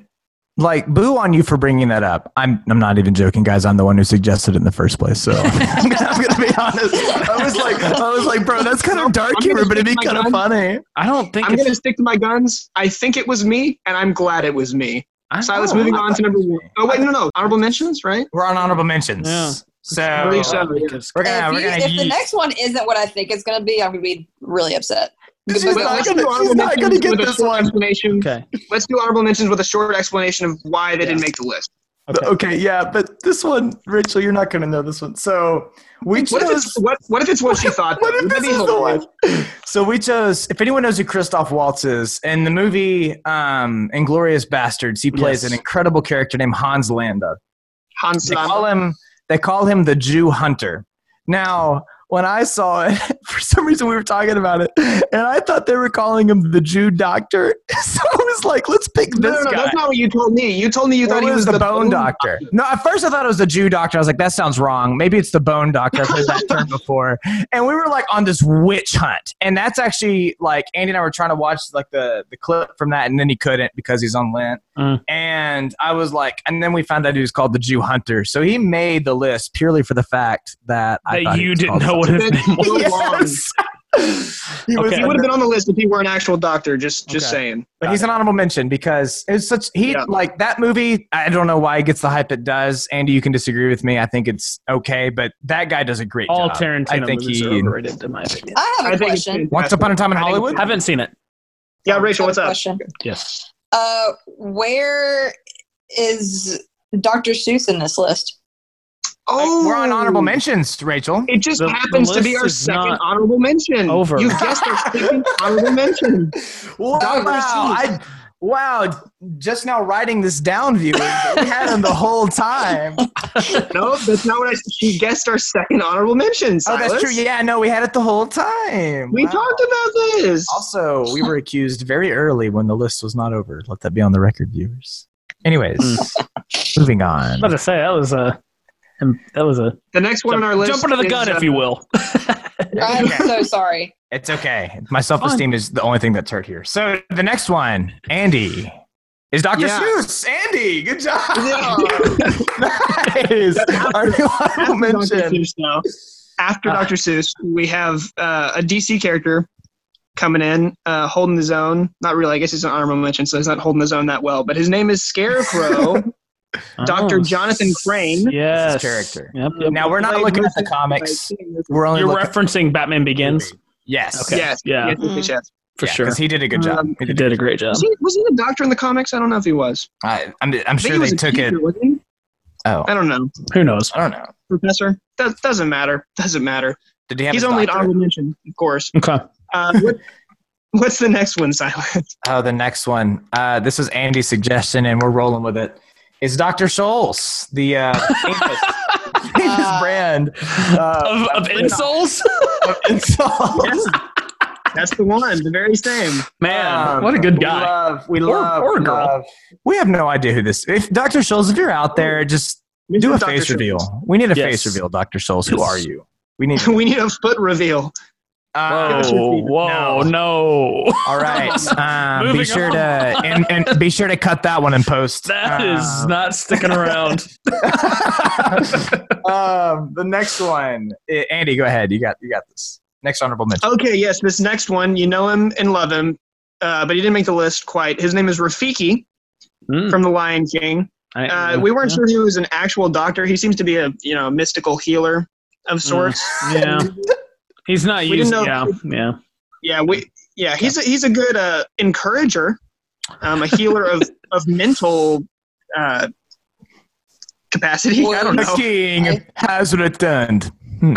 Speaker 1: like boo on you for bringing that up. I'm I'm not even joking, guys. I'm the one who suggested it in the first place. So I'm gonna be honest. I was like, I was like, bro, that's kind of dark
Speaker 5: I'm gonna
Speaker 1: humor, but it'd be
Speaker 5: stick my
Speaker 1: kind of
Speaker 5: gun.
Speaker 1: funny.
Speaker 3: I don't think
Speaker 5: I'm
Speaker 3: it's,
Speaker 5: going to stick to my guns. I think it was me, and I'm glad it was me.
Speaker 3: I don't
Speaker 5: Silas,
Speaker 3: know.
Speaker 5: moving on to number one. Oh, wait, no, no. Honorable mentions, right?
Speaker 1: We're on honorable mentions.
Speaker 3: Yeah.
Speaker 1: So
Speaker 5: Really so, yeah.
Speaker 3: Because-
Speaker 1: we're
Speaker 6: if
Speaker 1: gonna
Speaker 6: you-
Speaker 1: we're gonna
Speaker 6: if the
Speaker 1: yeet.
Speaker 6: next one isn't what I think it's going to be, I'm going to be really upset.
Speaker 1: She's
Speaker 6: But-
Speaker 1: not
Speaker 5: Let's
Speaker 1: gonna-
Speaker 5: do honorable
Speaker 1: she's not gonna
Speaker 5: mentions
Speaker 1: get
Speaker 5: with a
Speaker 1: this
Speaker 5: short
Speaker 1: one.
Speaker 5: Explanation.
Speaker 3: Okay.
Speaker 5: Let's do honorable mentions with a short explanation of why they didn't make the list.
Speaker 1: Okay. yeah, but this one, Rachel, you're not gonna know this one. So we
Speaker 5: What if
Speaker 1: chose.
Speaker 5: it's what, what if it's what she thought?
Speaker 1: What if
Speaker 5: Would that
Speaker 1: this
Speaker 5: be
Speaker 1: is the
Speaker 5: hilarious?
Speaker 1: one? So we chose. If anyone knows who Christoph Waltz is, in the movie um, *Inglorious Bastards*, he plays
Speaker 3: Yes.
Speaker 1: an incredible character named Hans Landa.
Speaker 5: Hans
Speaker 1: They
Speaker 5: Landa.
Speaker 1: call him. They call him the Jew Hunter. Now, when I saw it, for some reason we were talking about it, and I thought they were calling him the Jew Doctor. So I was like, let's pick this
Speaker 5: No, no, no,
Speaker 1: guy.
Speaker 5: that's not what you told me. You told me you
Speaker 1: I
Speaker 5: thought
Speaker 1: thought
Speaker 5: he was
Speaker 1: the, bone, doctor. No, at first I thought it was the Jew doctor. I was like, that sounds wrong. Maybe it's the bone doctor. I've heard that term before. And we were like on this witch hunt. And that's actually like Andy and I were trying to watch like the, the clip from that and then he couldn't because he's on Lent.
Speaker 3: Mm.
Speaker 1: And I was like, and then we found out he was called the Jew hunter. So he made the list purely for the fact that I
Speaker 3: that
Speaker 1: thought he
Speaker 3: you
Speaker 1: was
Speaker 3: didn't
Speaker 1: called
Speaker 3: know what his
Speaker 5: something.
Speaker 3: name was.
Speaker 5: Yes.
Speaker 1: Yes. he was
Speaker 3: Okay.
Speaker 5: He would have been on the list if he were an actual doctor. Just, just
Speaker 1: Okay.
Speaker 5: saying.
Speaker 1: But he's an honorable mention because it's such he
Speaker 5: Yeah.
Speaker 1: like that movie. I don't know why it gets the hype it does. Andy, you can disagree with me. I think it's okay, but that guy does a great
Speaker 3: All
Speaker 1: job.
Speaker 3: Tarantino
Speaker 1: I think
Speaker 3: movies
Speaker 1: he-
Speaker 3: are overrated, in my opinion.
Speaker 6: I have a
Speaker 5: I think it's
Speaker 6: question.
Speaker 1: Once
Speaker 5: fantastic.
Speaker 1: upon a time in
Speaker 5: I think-
Speaker 1: Hollywood.
Speaker 3: Haven't seen it.
Speaker 5: Yeah,
Speaker 6: I have
Speaker 5: Rachel,
Speaker 6: a
Speaker 5: what's up?
Speaker 6: question.
Speaker 3: Yes.
Speaker 6: Uh, where is Dr. Seuss in this list?
Speaker 1: Like, we're on honorable
Speaker 5: mention.
Speaker 1: mentions, Rachel.
Speaker 5: It just
Speaker 3: Oh. The- the
Speaker 5: happens to be
Speaker 3: list
Speaker 5: our
Speaker 3: is
Speaker 5: second
Speaker 3: not
Speaker 5: honorable mention.
Speaker 3: over.
Speaker 5: You guessed our second honorable mention.
Speaker 1: Wow,
Speaker 5: Dr.
Speaker 1: I, wow! Just now writing this down, viewers. we had him the whole time.
Speaker 5: No, that's not what I. She guessed our second honorable mention.
Speaker 1: Oh, that's
Speaker 5: Silas.
Speaker 1: true. Yeah, no, we had it the whole time.
Speaker 5: We
Speaker 1: Wow.
Speaker 5: talked about this.
Speaker 1: Also, we were accused very early when the list was not over. Let that be on the record, viewers. Anyways,
Speaker 5: Hmm.
Speaker 1: moving on.
Speaker 3: I was about to say that was a that was a
Speaker 5: The next one on our list.
Speaker 3: jump under the
Speaker 5: is,
Speaker 3: gun,
Speaker 5: uh,
Speaker 3: if you will.
Speaker 6: I'm
Speaker 1: Okay.
Speaker 6: so sorry.
Speaker 1: It's okay. My self esteem is the only thing that's hurt here. So the next one, Andy, is Dr.
Speaker 5: Yeah.
Speaker 1: Seuss. Andy, good job.
Speaker 5: Yeah.
Speaker 1: nice. Our new honorable
Speaker 5: After Dr.
Speaker 1: mention.
Speaker 5: Seuss, now. After
Speaker 3: Ah.
Speaker 5: Dr. Seuss, we have uh, a DC character coming in, uh, holding his own. Not really. I guess he's an honorable mention, so he's not holding his own that well. But his name is Scarecrow. Dr. Jonathan Crane.
Speaker 3: Oh, Yes.
Speaker 1: This character.
Speaker 3: Yep, yep.
Speaker 1: Now we're not
Speaker 5: Played
Speaker 1: looking at the
Speaker 5: versus-
Speaker 1: comics. We're only
Speaker 3: You're
Speaker 1: looking
Speaker 3: referencing Batman Begins
Speaker 1: Yes.
Speaker 3: Okay.
Speaker 5: Yes.
Speaker 3: Yeah.
Speaker 5: Yes, yes, yes.
Speaker 3: for sure.
Speaker 1: Because he did a good job.
Speaker 5: Um,
Speaker 1: he
Speaker 3: He
Speaker 1: did.
Speaker 3: did a great job.
Speaker 5: Was he, was he the doctor in the comics? I don't know if he was.
Speaker 1: I, I'm, I'm
Speaker 5: I think
Speaker 1: sure
Speaker 5: he was
Speaker 1: they
Speaker 5: a
Speaker 1: took
Speaker 5: teacher, Um,
Speaker 1: it.
Speaker 5: wasn't he?
Speaker 1: Oh,
Speaker 5: I don't know.
Speaker 3: Who knows?
Speaker 1: I don't know.
Speaker 5: Professor? That doesn't matter. Doesn't matter.
Speaker 1: Did he have
Speaker 5: He's
Speaker 1: his
Speaker 5: only an
Speaker 1: doctor?
Speaker 5: honorable mention, of course.
Speaker 3: Okay.
Speaker 5: Uh, what, what's the next one, Silence?
Speaker 1: Oh, the next one. Uh, this was Andy's suggestion, and we're rolling with it. Is Dr. Scholes the uh, famous, famous
Speaker 6: Uh.
Speaker 1: brand uh,
Speaker 3: Of, of insoles, Oh.
Speaker 1: of insoles?
Speaker 5: That's the one, the very same.
Speaker 3: man,
Speaker 1: Um,
Speaker 3: what a good
Speaker 1: We
Speaker 3: guy.
Speaker 5: Uh,
Speaker 1: love, we
Speaker 3: Or-
Speaker 1: love,
Speaker 3: or a girl.
Speaker 1: love- We have no idea who this. If Dr. Scholes, if you're out there, just do
Speaker 5: Mr.
Speaker 1: a
Speaker 5: Dr.
Speaker 1: face
Speaker 5: Seuss.
Speaker 1: reveal. We need a
Speaker 3: Yes.
Speaker 1: face reveal, Dr. Scholes. Who
Speaker 3: Yes.
Speaker 1: are you? We need.
Speaker 5: We need a foot reveal.
Speaker 1: Uh,
Speaker 3: Whoa, Oh, whoa, no.
Speaker 1: All right. Um,
Speaker 3: Moving
Speaker 1: be sure
Speaker 3: on.
Speaker 1: to and, and be sure to cut that one and post.
Speaker 3: that is
Speaker 1: Um,
Speaker 3: not sticking around.
Speaker 1: um, the next one, Eh, Andy, go ahead. You got you got this. Next honorable mention.
Speaker 5: Okay, yes, this next one. You know him and love him, uh, but he didn't make the list quite. His name is Rafiki
Speaker 3: Mm.
Speaker 5: from The Lion King.
Speaker 3: I-
Speaker 5: Uh, we weren't
Speaker 3: yeah.
Speaker 5: sure he was an actual doctor. He seems to be a you know mystical healer of sorts.
Speaker 3: Yeah, he's not
Speaker 5: We
Speaker 3: used.
Speaker 5: didn't
Speaker 3: Yeah,
Speaker 5: know-
Speaker 3: yeah.
Speaker 5: Yeah, we yeah, he's a, he's a good uh, encourager, um, a healer of of mental uh, capacity. I don't
Speaker 1: The
Speaker 5: know.
Speaker 1: king
Speaker 6: I-
Speaker 1: has returned. Hmm.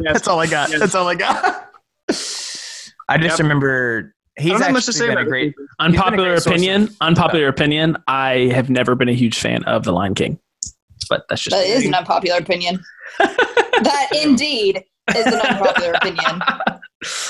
Speaker 5: Yes.
Speaker 1: all I got.
Speaker 5: Yes.
Speaker 1: all I got. I just
Speaker 5: Yep.
Speaker 1: remember
Speaker 5: I
Speaker 1: He's
Speaker 5: don't have much to
Speaker 1: actually
Speaker 5: say
Speaker 1: been
Speaker 5: about
Speaker 1: a
Speaker 5: this
Speaker 1: great.
Speaker 5: season.
Speaker 1: been a
Speaker 3: Unpopular
Speaker 1: great source
Speaker 3: opinion. Unpopular opinion. I have never been a huge fan of The Lion King, but that's just
Speaker 6: That is an unpopular opinion. that indeed is an unpopular opinion.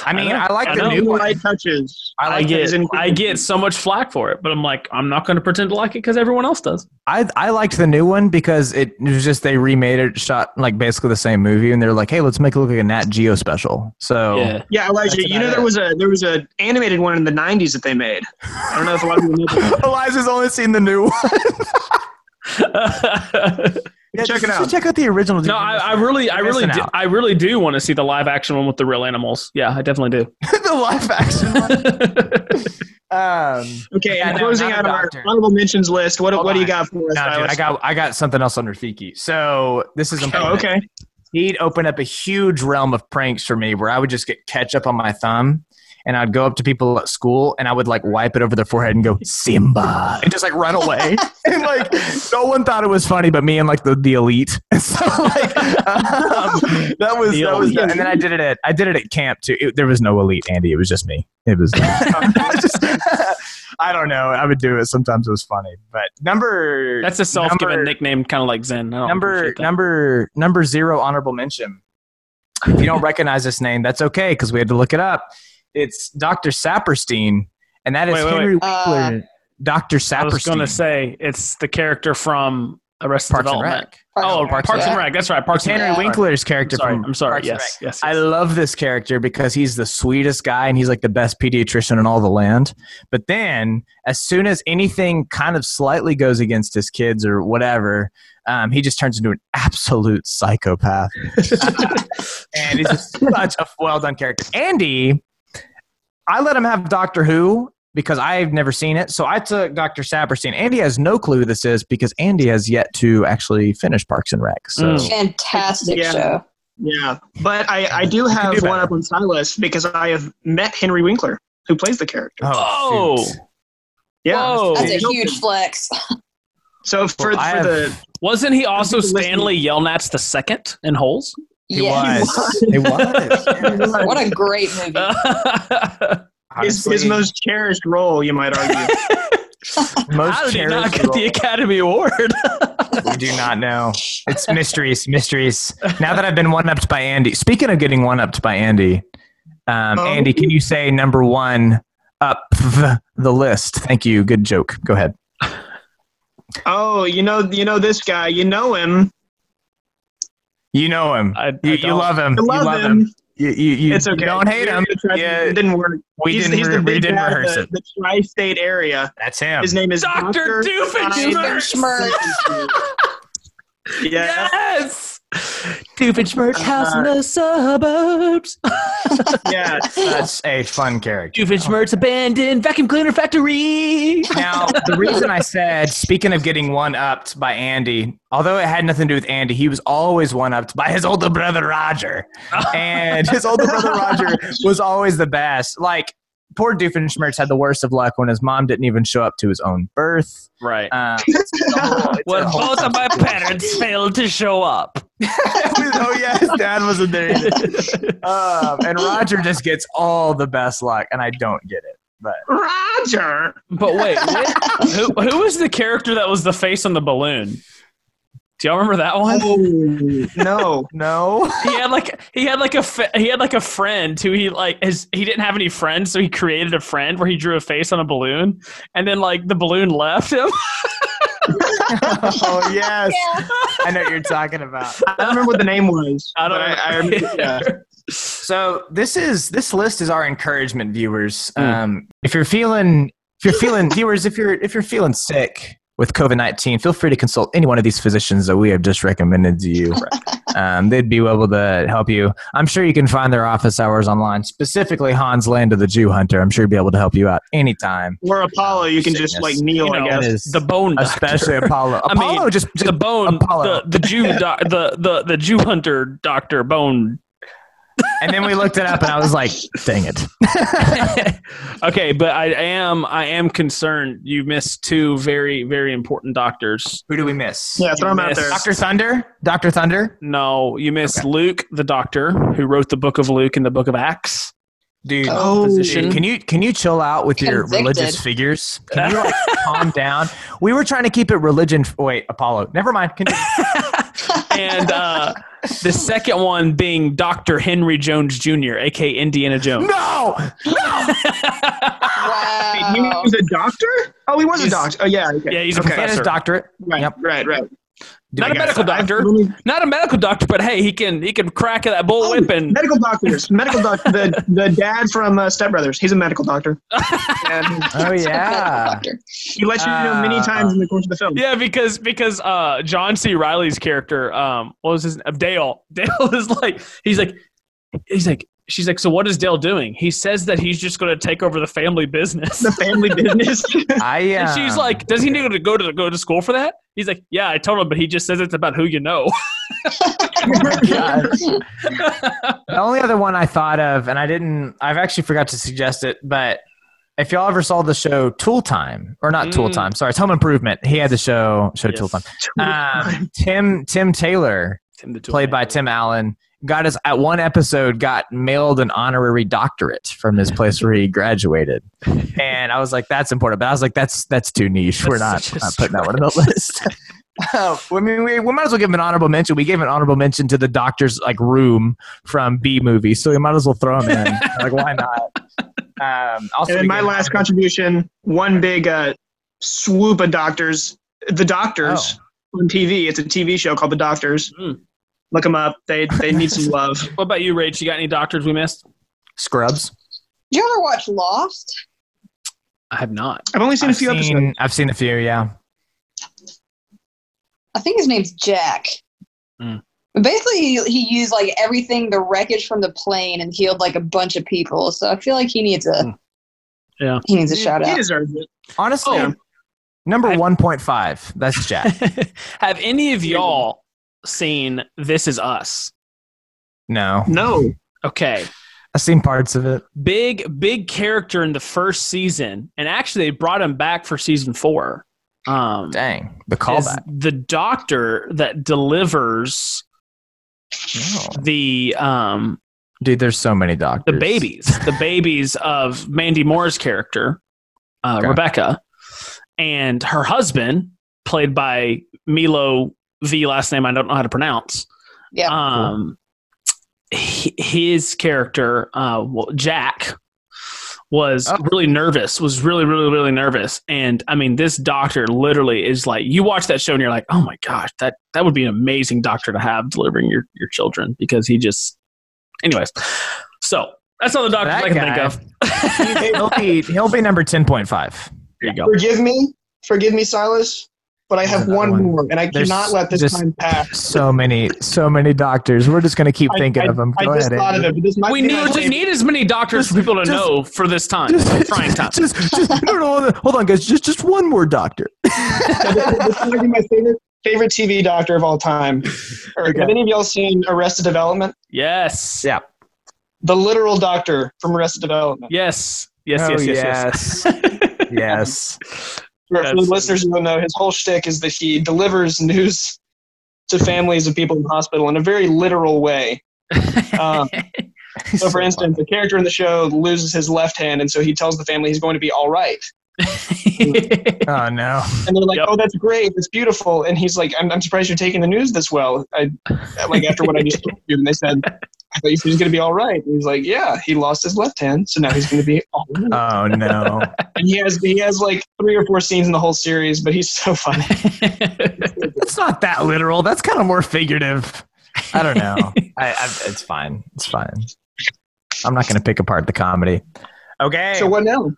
Speaker 1: I mean, I, like
Speaker 3: I
Speaker 1: the
Speaker 3: know.
Speaker 1: new
Speaker 5: Who
Speaker 1: one.
Speaker 5: I touches.
Speaker 1: I
Speaker 3: I
Speaker 1: like
Speaker 3: get
Speaker 5: his inclusion.
Speaker 3: I get so much flack for it, but I'm like I'm not going to pretend to like it because everyone else does.
Speaker 1: I I liked the new one because it was just they remade it, shot like basically the same movie, and they're like, hey, let's make it look like a Nat Geo special. So
Speaker 3: Yeah,
Speaker 5: Yeah, Elijah,
Speaker 3: That's
Speaker 5: you know
Speaker 3: about
Speaker 5: there
Speaker 3: it.
Speaker 5: was a there was a animated one in the '90s that they made. I don't know if a lot of people know. that.
Speaker 1: Elijah's only seen the new one. Yeah,
Speaker 5: Check
Speaker 1: just-
Speaker 5: it out.
Speaker 1: just Check out the original. dude.
Speaker 3: no, I, I really, I
Speaker 1: You're
Speaker 3: really,
Speaker 1: missing
Speaker 3: do,
Speaker 1: out.
Speaker 3: I really do want to see the live action one with the real animals. Yeah, I definitely do.
Speaker 1: the live action. Um,
Speaker 5: Okay,
Speaker 1: Yeah,
Speaker 5: and
Speaker 1: no,
Speaker 5: closing
Speaker 1: not a
Speaker 5: out our
Speaker 1: doctor.
Speaker 5: honorable mentions list. What,
Speaker 1: Hold
Speaker 5: what do you
Speaker 1: on.
Speaker 5: got for us?
Speaker 1: no, dude,
Speaker 5: Silas?
Speaker 1: I got I got something else on Rafiki. So this is important.
Speaker 5: oh, okay.
Speaker 1: he'd open up a huge realm of pranks for me where I would just get ketchup on my thumb and I'd go up to people at school and I would like wipe it over their forehead and go, Simba, and just like run away. and like, no one thought it was funny but me and like the, the elite. And so, like, um, that was,
Speaker 3: The
Speaker 1: that was,
Speaker 3: elite.
Speaker 1: and then I did it at, I did it at camp too. It, there was no elite, Andy. It was just me. It was, I just- I don't know. I would do it. Sometimes it was funny. But number,
Speaker 3: That's a
Speaker 1: Number-
Speaker 3: self-given nickname, kind of like Zen. I don't
Speaker 1: number
Speaker 3: Oh, appreciate that.
Speaker 1: number number zero honorable mention. If you don't recognize this name, that's okay because we had to look it up. It's Dr. Saperstein, and that is
Speaker 3: Wait, wait,
Speaker 1: Henry
Speaker 6: Uh,
Speaker 1: Winkler. Dr.
Speaker 3: I was
Speaker 1: Saperstein.
Speaker 3: going to say it's the character from Arrested
Speaker 1: Parks and
Speaker 3: Development.
Speaker 1: Rec.
Speaker 3: Oh, Parks, and Rec. That's right. Parks and
Speaker 1: Henry
Speaker 3: Rec.
Speaker 6: Yeah.
Speaker 1: Winkler's character.
Speaker 3: I'm sorry.
Speaker 1: From
Speaker 3: I'm sorry.
Speaker 1: Parks and
Speaker 3: Yes, yes.
Speaker 1: I love this character because he's the sweetest guy and he's like the best pediatrician in all the land. But then, as soon as anything kind of slightly goes against his kids or whatever, um, he just turns into an absolute psychopath. and he's just such a well done character. Andy, I let him have Doctor Who because I've never seen it. So I took Dr. Saperstein. Andy has no clue who this is because Andy has yet to actually finish Parks and Rec. So.
Speaker 3: Mm.
Speaker 6: Fantastic
Speaker 5: Yeah.
Speaker 6: show.
Speaker 5: Yeah, but I, I do
Speaker 1: can
Speaker 5: have
Speaker 1: do
Speaker 5: one
Speaker 1: better.
Speaker 5: up on Silas because I have met Henry Winkler, who plays the character.
Speaker 1: Oh,
Speaker 3: Oh,
Speaker 1: shoot.
Speaker 5: yeah.
Speaker 3: Whoa.
Speaker 6: That's a
Speaker 5: Nope.
Speaker 6: huge flex.
Speaker 5: So for,
Speaker 1: Well, I
Speaker 5: for
Speaker 1: have-
Speaker 5: the
Speaker 3: wasn't he also
Speaker 5: people listening-
Speaker 3: Stanley Yelnats the second in Holes?
Speaker 1: He
Speaker 6: Yeah.
Speaker 1: was. He was.
Speaker 6: What a great movie.
Speaker 5: Uh, his, his
Speaker 1: Honestly,
Speaker 5: most cherished role, you might argue.
Speaker 1: most
Speaker 3: How did he not
Speaker 1: cherished
Speaker 3: get the
Speaker 1: role.
Speaker 3: Academy Award?
Speaker 1: We do not know. It's mysteries, mysteries. Now that I've been one upped by Andy. Speaking of getting one upped by Andy, um,
Speaker 5: Oh.
Speaker 1: Andy, can you say number one up the list? Thank you. Good joke. Go ahead.
Speaker 5: oh, you know you know this guy, you know him,
Speaker 1: You know him.
Speaker 3: I, I
Speaker 1: You, you
Speaker 3: don't-
Speaker 1: love him.
Speaker 5: you love, him.
Speaker 1: You, you, you,
Speaker 5: It's
Speaker 1: you
Speaker 5: okay.
Speaker 1: don't hate him.
Speaker 5: We tried-
Speaker 1: Yeah.
Speaker 5: it didn't work.
Speaker 1: We
Speaker 5: he's,
Speaker 1: didn't,
Speaker 5: he's
Speaker 1: re-
Speaker 5: the
Speaker 1: we
Speaker 5: big
Speaker 1: didn't
Speaker 5: bad,
Speaker 1: rehearse
Speaker 5: the,
Speaker 1: it.
Speaker 5: The tri-state area.
Speaker 1: That's him.
Speaker 5: His name is
Speaker 3: Dr.
Speaker 5: Doctor
Speaker 3: Doofenshmirtz.
Speaker 6: Doofenshmirtz.
Speaker 5: Yeah,
Speaker 3: Yes.
Speaker 7: Doofenshmirtz house
Speaker 1: Uh-huh.
Speaker 7: in the suburbs.
Speaker 5: yeah.
Speaker 1: That's a fun character.
Speaker 7: Doofenshmirtz abandoned vacuum cleaner factory.
Speaker 1: Now, the reason I said, speaking of getting one upped by Andy, although it had nothing to do with Andy, he was always one upped by his older brother Roger. And his older brother Roger was always the best. Like, poor Doofenshmirtz had the worst of luck when his mom didn't even show up to his own birth.
Speaker 3: Right.
Speaker 1: Um, it's a whole- it's
Speaker 7: When
Speaker 1: a whole-
Speaker 7: both of my parents failed to show up.
Speaker 1: oh, yeah, his dad wasn't there either. Um, and Roger just gets all the best luck, and I don't get it.
Speaker 5: Roger.
Speaker 3: But wait, wh- who, who was the character that was the face on the balloon? Do y'all remember that one?
Speaker 5: Oh, no.
Speaker 1: No.
Speaker 3: He had like he had like a fa- he had like a friend who he like his he didn't have any friends, so he created a friend where he drew a face on a balloon, and then like the balloon left him.
Speaker 1: oh, yes. I know what you're talking about.
Speaker 5: I don't remember what the name was.
Speaker 3: I don't
Speaker 5: but I, I
Speaker 3: remember.
Speaker 5: remember- yeah.
Speaker 1: So this is this list is our encouragement, viewers.
Speaker 3: Hmm.
Speaker 1: Um, if you're feeling if you're feeling viewers, if you're if you're feeling sick with COVID nineteen, feel free to consult any one of these physicians that we have just recommended to you. um, they'd be able to help you. I'm sure you can find their office hours online. Specifically, Hans Land of the Jew Hunter. I'm sure he'd be able to help you out anytime.
Speaker 5: Or Apollo, you can just like
Speaker 1: Sickness.
Speaker 5: kneel,
Speaker 3: You
Speaker 5: I
Speaker 3: know,
Speaker 5: guess.
Speaker 1: is-
Speaker 3: the bone, doctor.
Speaker 1: Especially Apollo.
Speaker 3: I mean,
Speaker 1: Apollo just, just
Speaker 3: the bone,
Speaker 1: Apollo.
Speaker 3: the the Jew, doc, the the the Jew hunter, Doctor Bone
Speaker 1: and then we looked it up, and I was like, "Dang it!"
Speaker 3: okay, but I am I am concerned. You missed two very very important doctors.
Speaker 1: Who do we miss?
Speaker 5: Yeah, throw him out there.
Speaker 1: Doctor Thunder. Doctor Thunder.
Speaker 3: No, you missed Luke, the doctor who wrote the Book of Luke and the Book of Acts.
Speaker 1: Dude,
Speaker 3: Oh.
Speaker 1: dude, can you can you chill out with your
Speaker 6: Convicted.
Speaker 1: religious figures? Can you like calm down? We were trying to keep it religion. Wait, Apollo. Never mind. Can,
Speaker 3: and uh, the second one being Dr. Henry Jones Jr., aka Indiana Jones.
Speaker 1: no,
Speaker 5: Wait, he
Speaker 6: Wow.
Speaker 5: was a doctor? Oh, he was a
Speaker 3: He's-
Speaker 5: doctor. Oh, yeah. Okay.
Speaker 3: Yeah, he's a
Speaker 5: Okay.
Speaker 1: get his
Speaker 3: professor.
Speaker 1: doctorate.
Speaker 5: Right,
Speaker 1: Yep.
Speaker 5: right, right.
Speaker 1: Dude,
Speaker 3: Not a
Speaker 1: guys,
Speaker 3: medical
Speaker 5: I've
Speaker 3: doctor.
Speaker 5: really-
Speaker 3: Not a medical doctor, but hey, he can he can crack that bullwhip and
Speaker 5: Oh, medical doctors. Medical doctor. The the dad from uh, Step Brothers. He's a medical doctor. and
Speaker 1: Oh yeah.
Speaker 6: Doctor.
Speaker 5: he lets you know many
Speaker 1: Uh,
Speaker 5: times in the course of the film.
Speaker 3: Yeah, because because uh John C. Riley's character, um, what was his name? Dale. Dale is like he's like he's like she's like, so what is Dale doing? He says that he's just gonna take over the family business.
Speaker 5: The family business.
Speaker 1: I.
Speaker 3: And
Speaker 1: Uh,
Speaker 3: she's like, does he need to go to go to school for that? He's like, yeah, I told him, but he just says it's about who you know.
Speaker 1: God. the only other one I thought of, and I didn't, I've actually forgot to suggest it, but if y'all ever saw the show Tool Time, or not Tool
Speaker 3: Mm.
Speaker 1: Time, sorry, it's Home Improvement. He had the show show Tool Time. Um, Tim Tim Taylor,
Speaker 3: Tim the Tool
Speaker 1: played by
Speaker 3: Man.
Speaker 1: Tim Allen, got his at one episode got mailed an honorary doctorate from his place where he graduated, and I was like, that's important, but I was like, that's that's too niche. We're not,
Speaker 3: That's such a
Speaker 1: we're not putting that one on the list. Oh, I mean, we, we might as well give him an honorable mention. We gave an honorable mention to the doctor's like room from B movie, so we might as well throw him in. like, why not? Um, also, we
Speaker 5: and then my
Speaker 1: gave-
Speaker 5: last contribution, one big uh, swoop of doctors. The Doctors
Speaker 1: Oh,
Speaker 5: on TV. It's a TV show called The Doctors.
Speaker 3: Mm.
Speaker 5: Look them up. They they need some love.
Speaker 3: What about you, Rach? You got any doctors we missed?
Speaker 1: Scrubs.
Speaker 6: Did you ever watch Lost?
Speaker 3: I have not.
Speaker 5: I've only seen a
Speaker 1: I've
Speaker 5: few
Speaker 1: seen,
Speaker 5: episodes.
Speaker 1: I've seen a few. Yeah,
Speaker 6: I think his name's Jack.
Speaker 3: Hmm.
Speaker 6: But Basically, he, he used like everything, the wreckage from the plane, and healed like a bunch of people. So I feel like he needs
Speaker 3: Hmm.
Speaker 6: a
Speaker 3: Yeah.
Speaker 6: he needs a shout
Speaker 5: He
Speaker 6: out.
Speaker 5: deserves it.
Speaker 1: honestly,
Speaker 5: Oh.
Speaker 1: number
Speaker 3: I-
Speaker 1: one point five. That's Jack.
Speaker 3: have any of y'all seen This Is Us?
Speaker 1: No,
Speaker 5: No.
Speaker 3: Okay.
Speaker 1: I've seen parts of it.
Speaker 3: big big character in the first season and actually they brought him back for season four um
Speaker 1: Dang, the
Speaker 3: is
Speaker 1: callback.
Speaker 3: the doctor that delivers
Speaker 1: No.
Speaker 3: the um
Speaker 1: Oh. Dude, there's so many
Speaker 3: the
Speaker 1: doctors.
Speaker 3: babies the babies of mandy moore's character uh,
Speaker 1: Okay.
Speaker 3: rebecca and her husband played by milo v last name i don't know how to pronounce
Speaker 6: Yeah.
Speaker 3: um hi- his character uh well, jack was
Speaker 1: Oh.
Speaker 3: really nervous was really really really nervous and i mean this doctor literally is like you watch that show and you're like oh my gosh that that would be an amazing doctor to have delivering your your children because he just anyways so that's all the doctors
Speaker 1: That
Speaker 3: i can
Speaker 1: guy.
Speaker 3: think of
Speaker 1: he'll be he'll be number ten point five.
Speaker 3: there you go
Speaker 5: Forgive me. Forgive me, Silas. But I
Speaker 1: There's
Speaker 5: have
Speaker 1: Oh, another
Speaker 5: one,
Speaker 1: one.
Speaker 5: more, and I
Speaker 1: There's
Speaker 5: cannot let this
Speaker 1: just-
Speaker 5: time pass.
Speaker 1: So many, so many doctors. We're just gonna keep
Speaker 5: I-
Speaker 1: thinking of them.
Speaker 5: I
Speaker 1: Go
Speaker 5: just
Speaker 1: ahead.
Speaker 5: thought of
Speaker 1: Andrew.
Speaker 5: it, but this might
Speaker 3: we
Speaker 5: be
Speaker 3: need,
Speaker 5: my
Speaker 3: we
Speaker 5: favorite.
Speaker 3: need as many doctors for people to
Speaker 1: Just-
Speaker 3: know for this time for trying time
Speaker 1: just, just, no, no, hold on- hold on, guys. Just, just one more doctor.
Speaker 5: this might be my favorite favorite TV doctor of all time. Or,
Speaker 1: Okay.
Speaker 5: Have any of y'all seen Arrested Development?
Speaker 3: yes
Speaker 1: Yeah.
Speaker 5: The literal doctor from Arrested Development.
Speaker 3: yes yes yes
Speaker 1: Oh,
Speaker 3: yes, yes.
Speaker 1: yes, yes.
Speaker 5: For, for the
Speaker 3: That's-
Speaker 5: listeners who don't know, his whole shtick is that he delivers news to families of people in the hospital in a very literal way. Um, so, for instance, the character in the show loses his left hand, and so he tells the family he's going to be all right.
Speaker 1: oh no.
Speaker 5: And they're like,
Speaker 3: Yep.
Speaker 5: "Oh, that's great, that's beautiful." And he's like, "I'm, I'm surprised you're taking the news this well." I, like after what I just told you, and they said, "I thought you said he's going to be all right." And he's like, "Yeah, he lost his left hand, so now he's going to be all right."
Speaker 1: Oh no.
Speaker 5: and he has he has like three or four scenes in the whole series, but he's so funny.
Speaker 1: It's not that literal. That's kind of more figurative. I don't know. I, I, it's fine. It's fine. I'm not going to pick apart the comedy. Okay.
Speaker 5: So what now?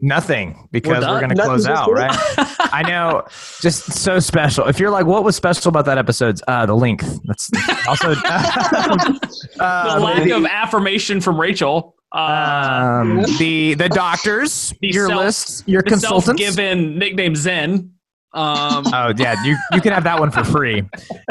Speaker 1: Nothing because
Speaker 3: done.
Speaker 1: we're, going to
Speaker 5: Nothing's
Speaker 1: close out,
Speaker 5: recorded.
Speaker 1: right? I know. Just so special. If you're like, what was special about that episode? Uh, the length. That's also.
Speaker 3: the
Speaker 1: Uh,
Speaker 3: lack of affirmation from Rachel. Uh,
Speaker 1: um, the the doctors,
Speaker 3: The
Speaker 1: your
Speaker 3: self-
Speaker 1: lists, your
Speaker 3: the
Speaker 1: consultants.
Speaker 3: self-given nickname Zen. Um,
Speaker 1: Oh yeah, you you can have that one for free.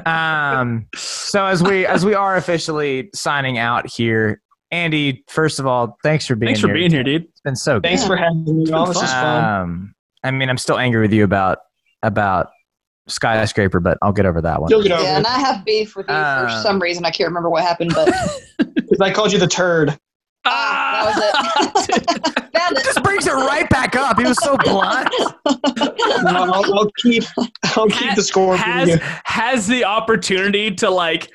Speaker 1: Um, so as we as we are officially signing out here, Andy, first of all, thanks for being
Speaker 3: thanks
Speaker 1: here.
Speaker 3: for being here, dude.
Speaker 1: It's been so
Speaker 5: Thanks for having me. All this is fun.
Speaker 1: Um, I mean, I'm still angry with you about about skyscraper, but I'll get over that one.
Speaker 5: You'll get over
Speaker 6: yeah,
Speaker 5: it
Speaker 6: and I have beef with you
Speaker 1: Uh,
Speaker 6: for some reason. I can't remember what happened, but
Speaker 5: 'cause I called you the turd.
Speaker 6: Ah, that
Speaker 3: was it.
Speaker 6: Found it.
Speaker 1: Just brings it right back up. He was so blunt.
Speaker 5: No, I'll, I'll keep. I'll keep the score. for
Speaker 3: has
Speaker 5: you.
Speaker 3: has the opportunity to like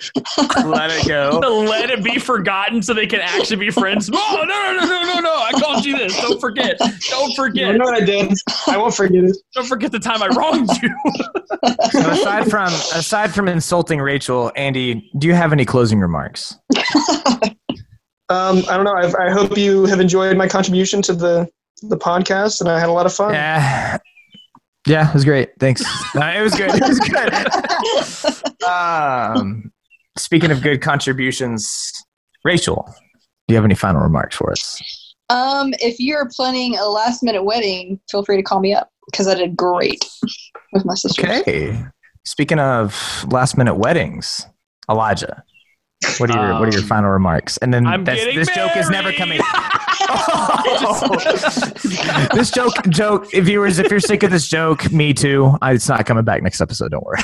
Speaker 1: Let it go.
Speaker 3: to let it be forgotten so they can actually be friends. Oh, no, no, no, no, no, no! I called you this. Don't forget. Don't
Speaker 5: You
Speaker 3: forget.
Speaker 5: know what I did? I won't forget it.
Speaker 3: Don't forget the time I wronged you.
Speaker 1: So aside from aside from insulting Rachel, Andy, do you have any closing remarks?
Speaker 5: Um, I don't know. I've, I hope you have enjoyed my contribution to the the podcast, and I had a lot of fun.
Speaker 1: Yeah. Yeah, it was great. Thanks. No, it was good. It was good. um, speaking of good contributions, Rachel, do you have any final remarks for us?
Speaker 6: Um, if you're planning a last minute wedding, feel free to call me up because I did great with my sister.
Speaker 1: Okay. Speaking of last minute weddings, Elijah, what are your what are your
Speaker 3: Um,
Speaker 1: final remarks? And then
Speaker 3: I'm
Speaker 1: that's-
Speaker 3: getting
Speaker 1: this joke is never
Speaker 3: married.
Speaker 1: coming. this joke joke viewers, if you're sick of this joke, me too. I, it's not coming back next episode. Don't worry.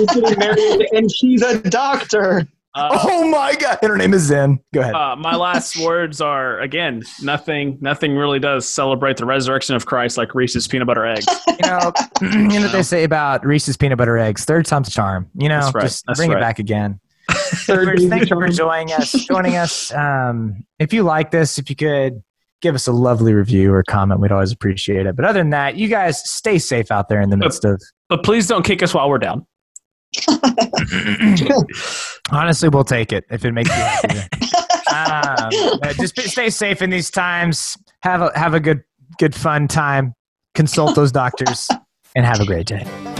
Speaker 5: She's getting married, and she's a doctor.
Speaker 3: Uh,
Speaker 1: Oh my god, and her name is Zen. Go ahead.
Speaker 3: uh, my last words are again nothing. Nothing really does celebrate the resurrection of Christ like Reese's peanut butter eggs.
Speaker 1: you know, you know what they say about Reese's peanut butter eggs. Third time's a charm. You know,
Speaker 3: That's right.
Speaker 1: just
Speaker 3: That's
Speaker 1: bring
Speaker 3: right.
Speaker 1: it back again.
Speaker 5: Third
Speaker 1: Viewers, thanks for
Speaker 5: baby charm.
Speaker 1: joining us. Joining us. Um, if you like this, if you could give us a lovely review or comment, we'd always appreciate it. But other than that, you guys stay safe out there in the midst of.
Speaker 3: But please don't kick us while we're down.
Speaker 1: Honestly, we'll take it if it makes you happy. um, but just be- stay safe in these times. Have a have a good good fun time. Consult those doctors and have a great day.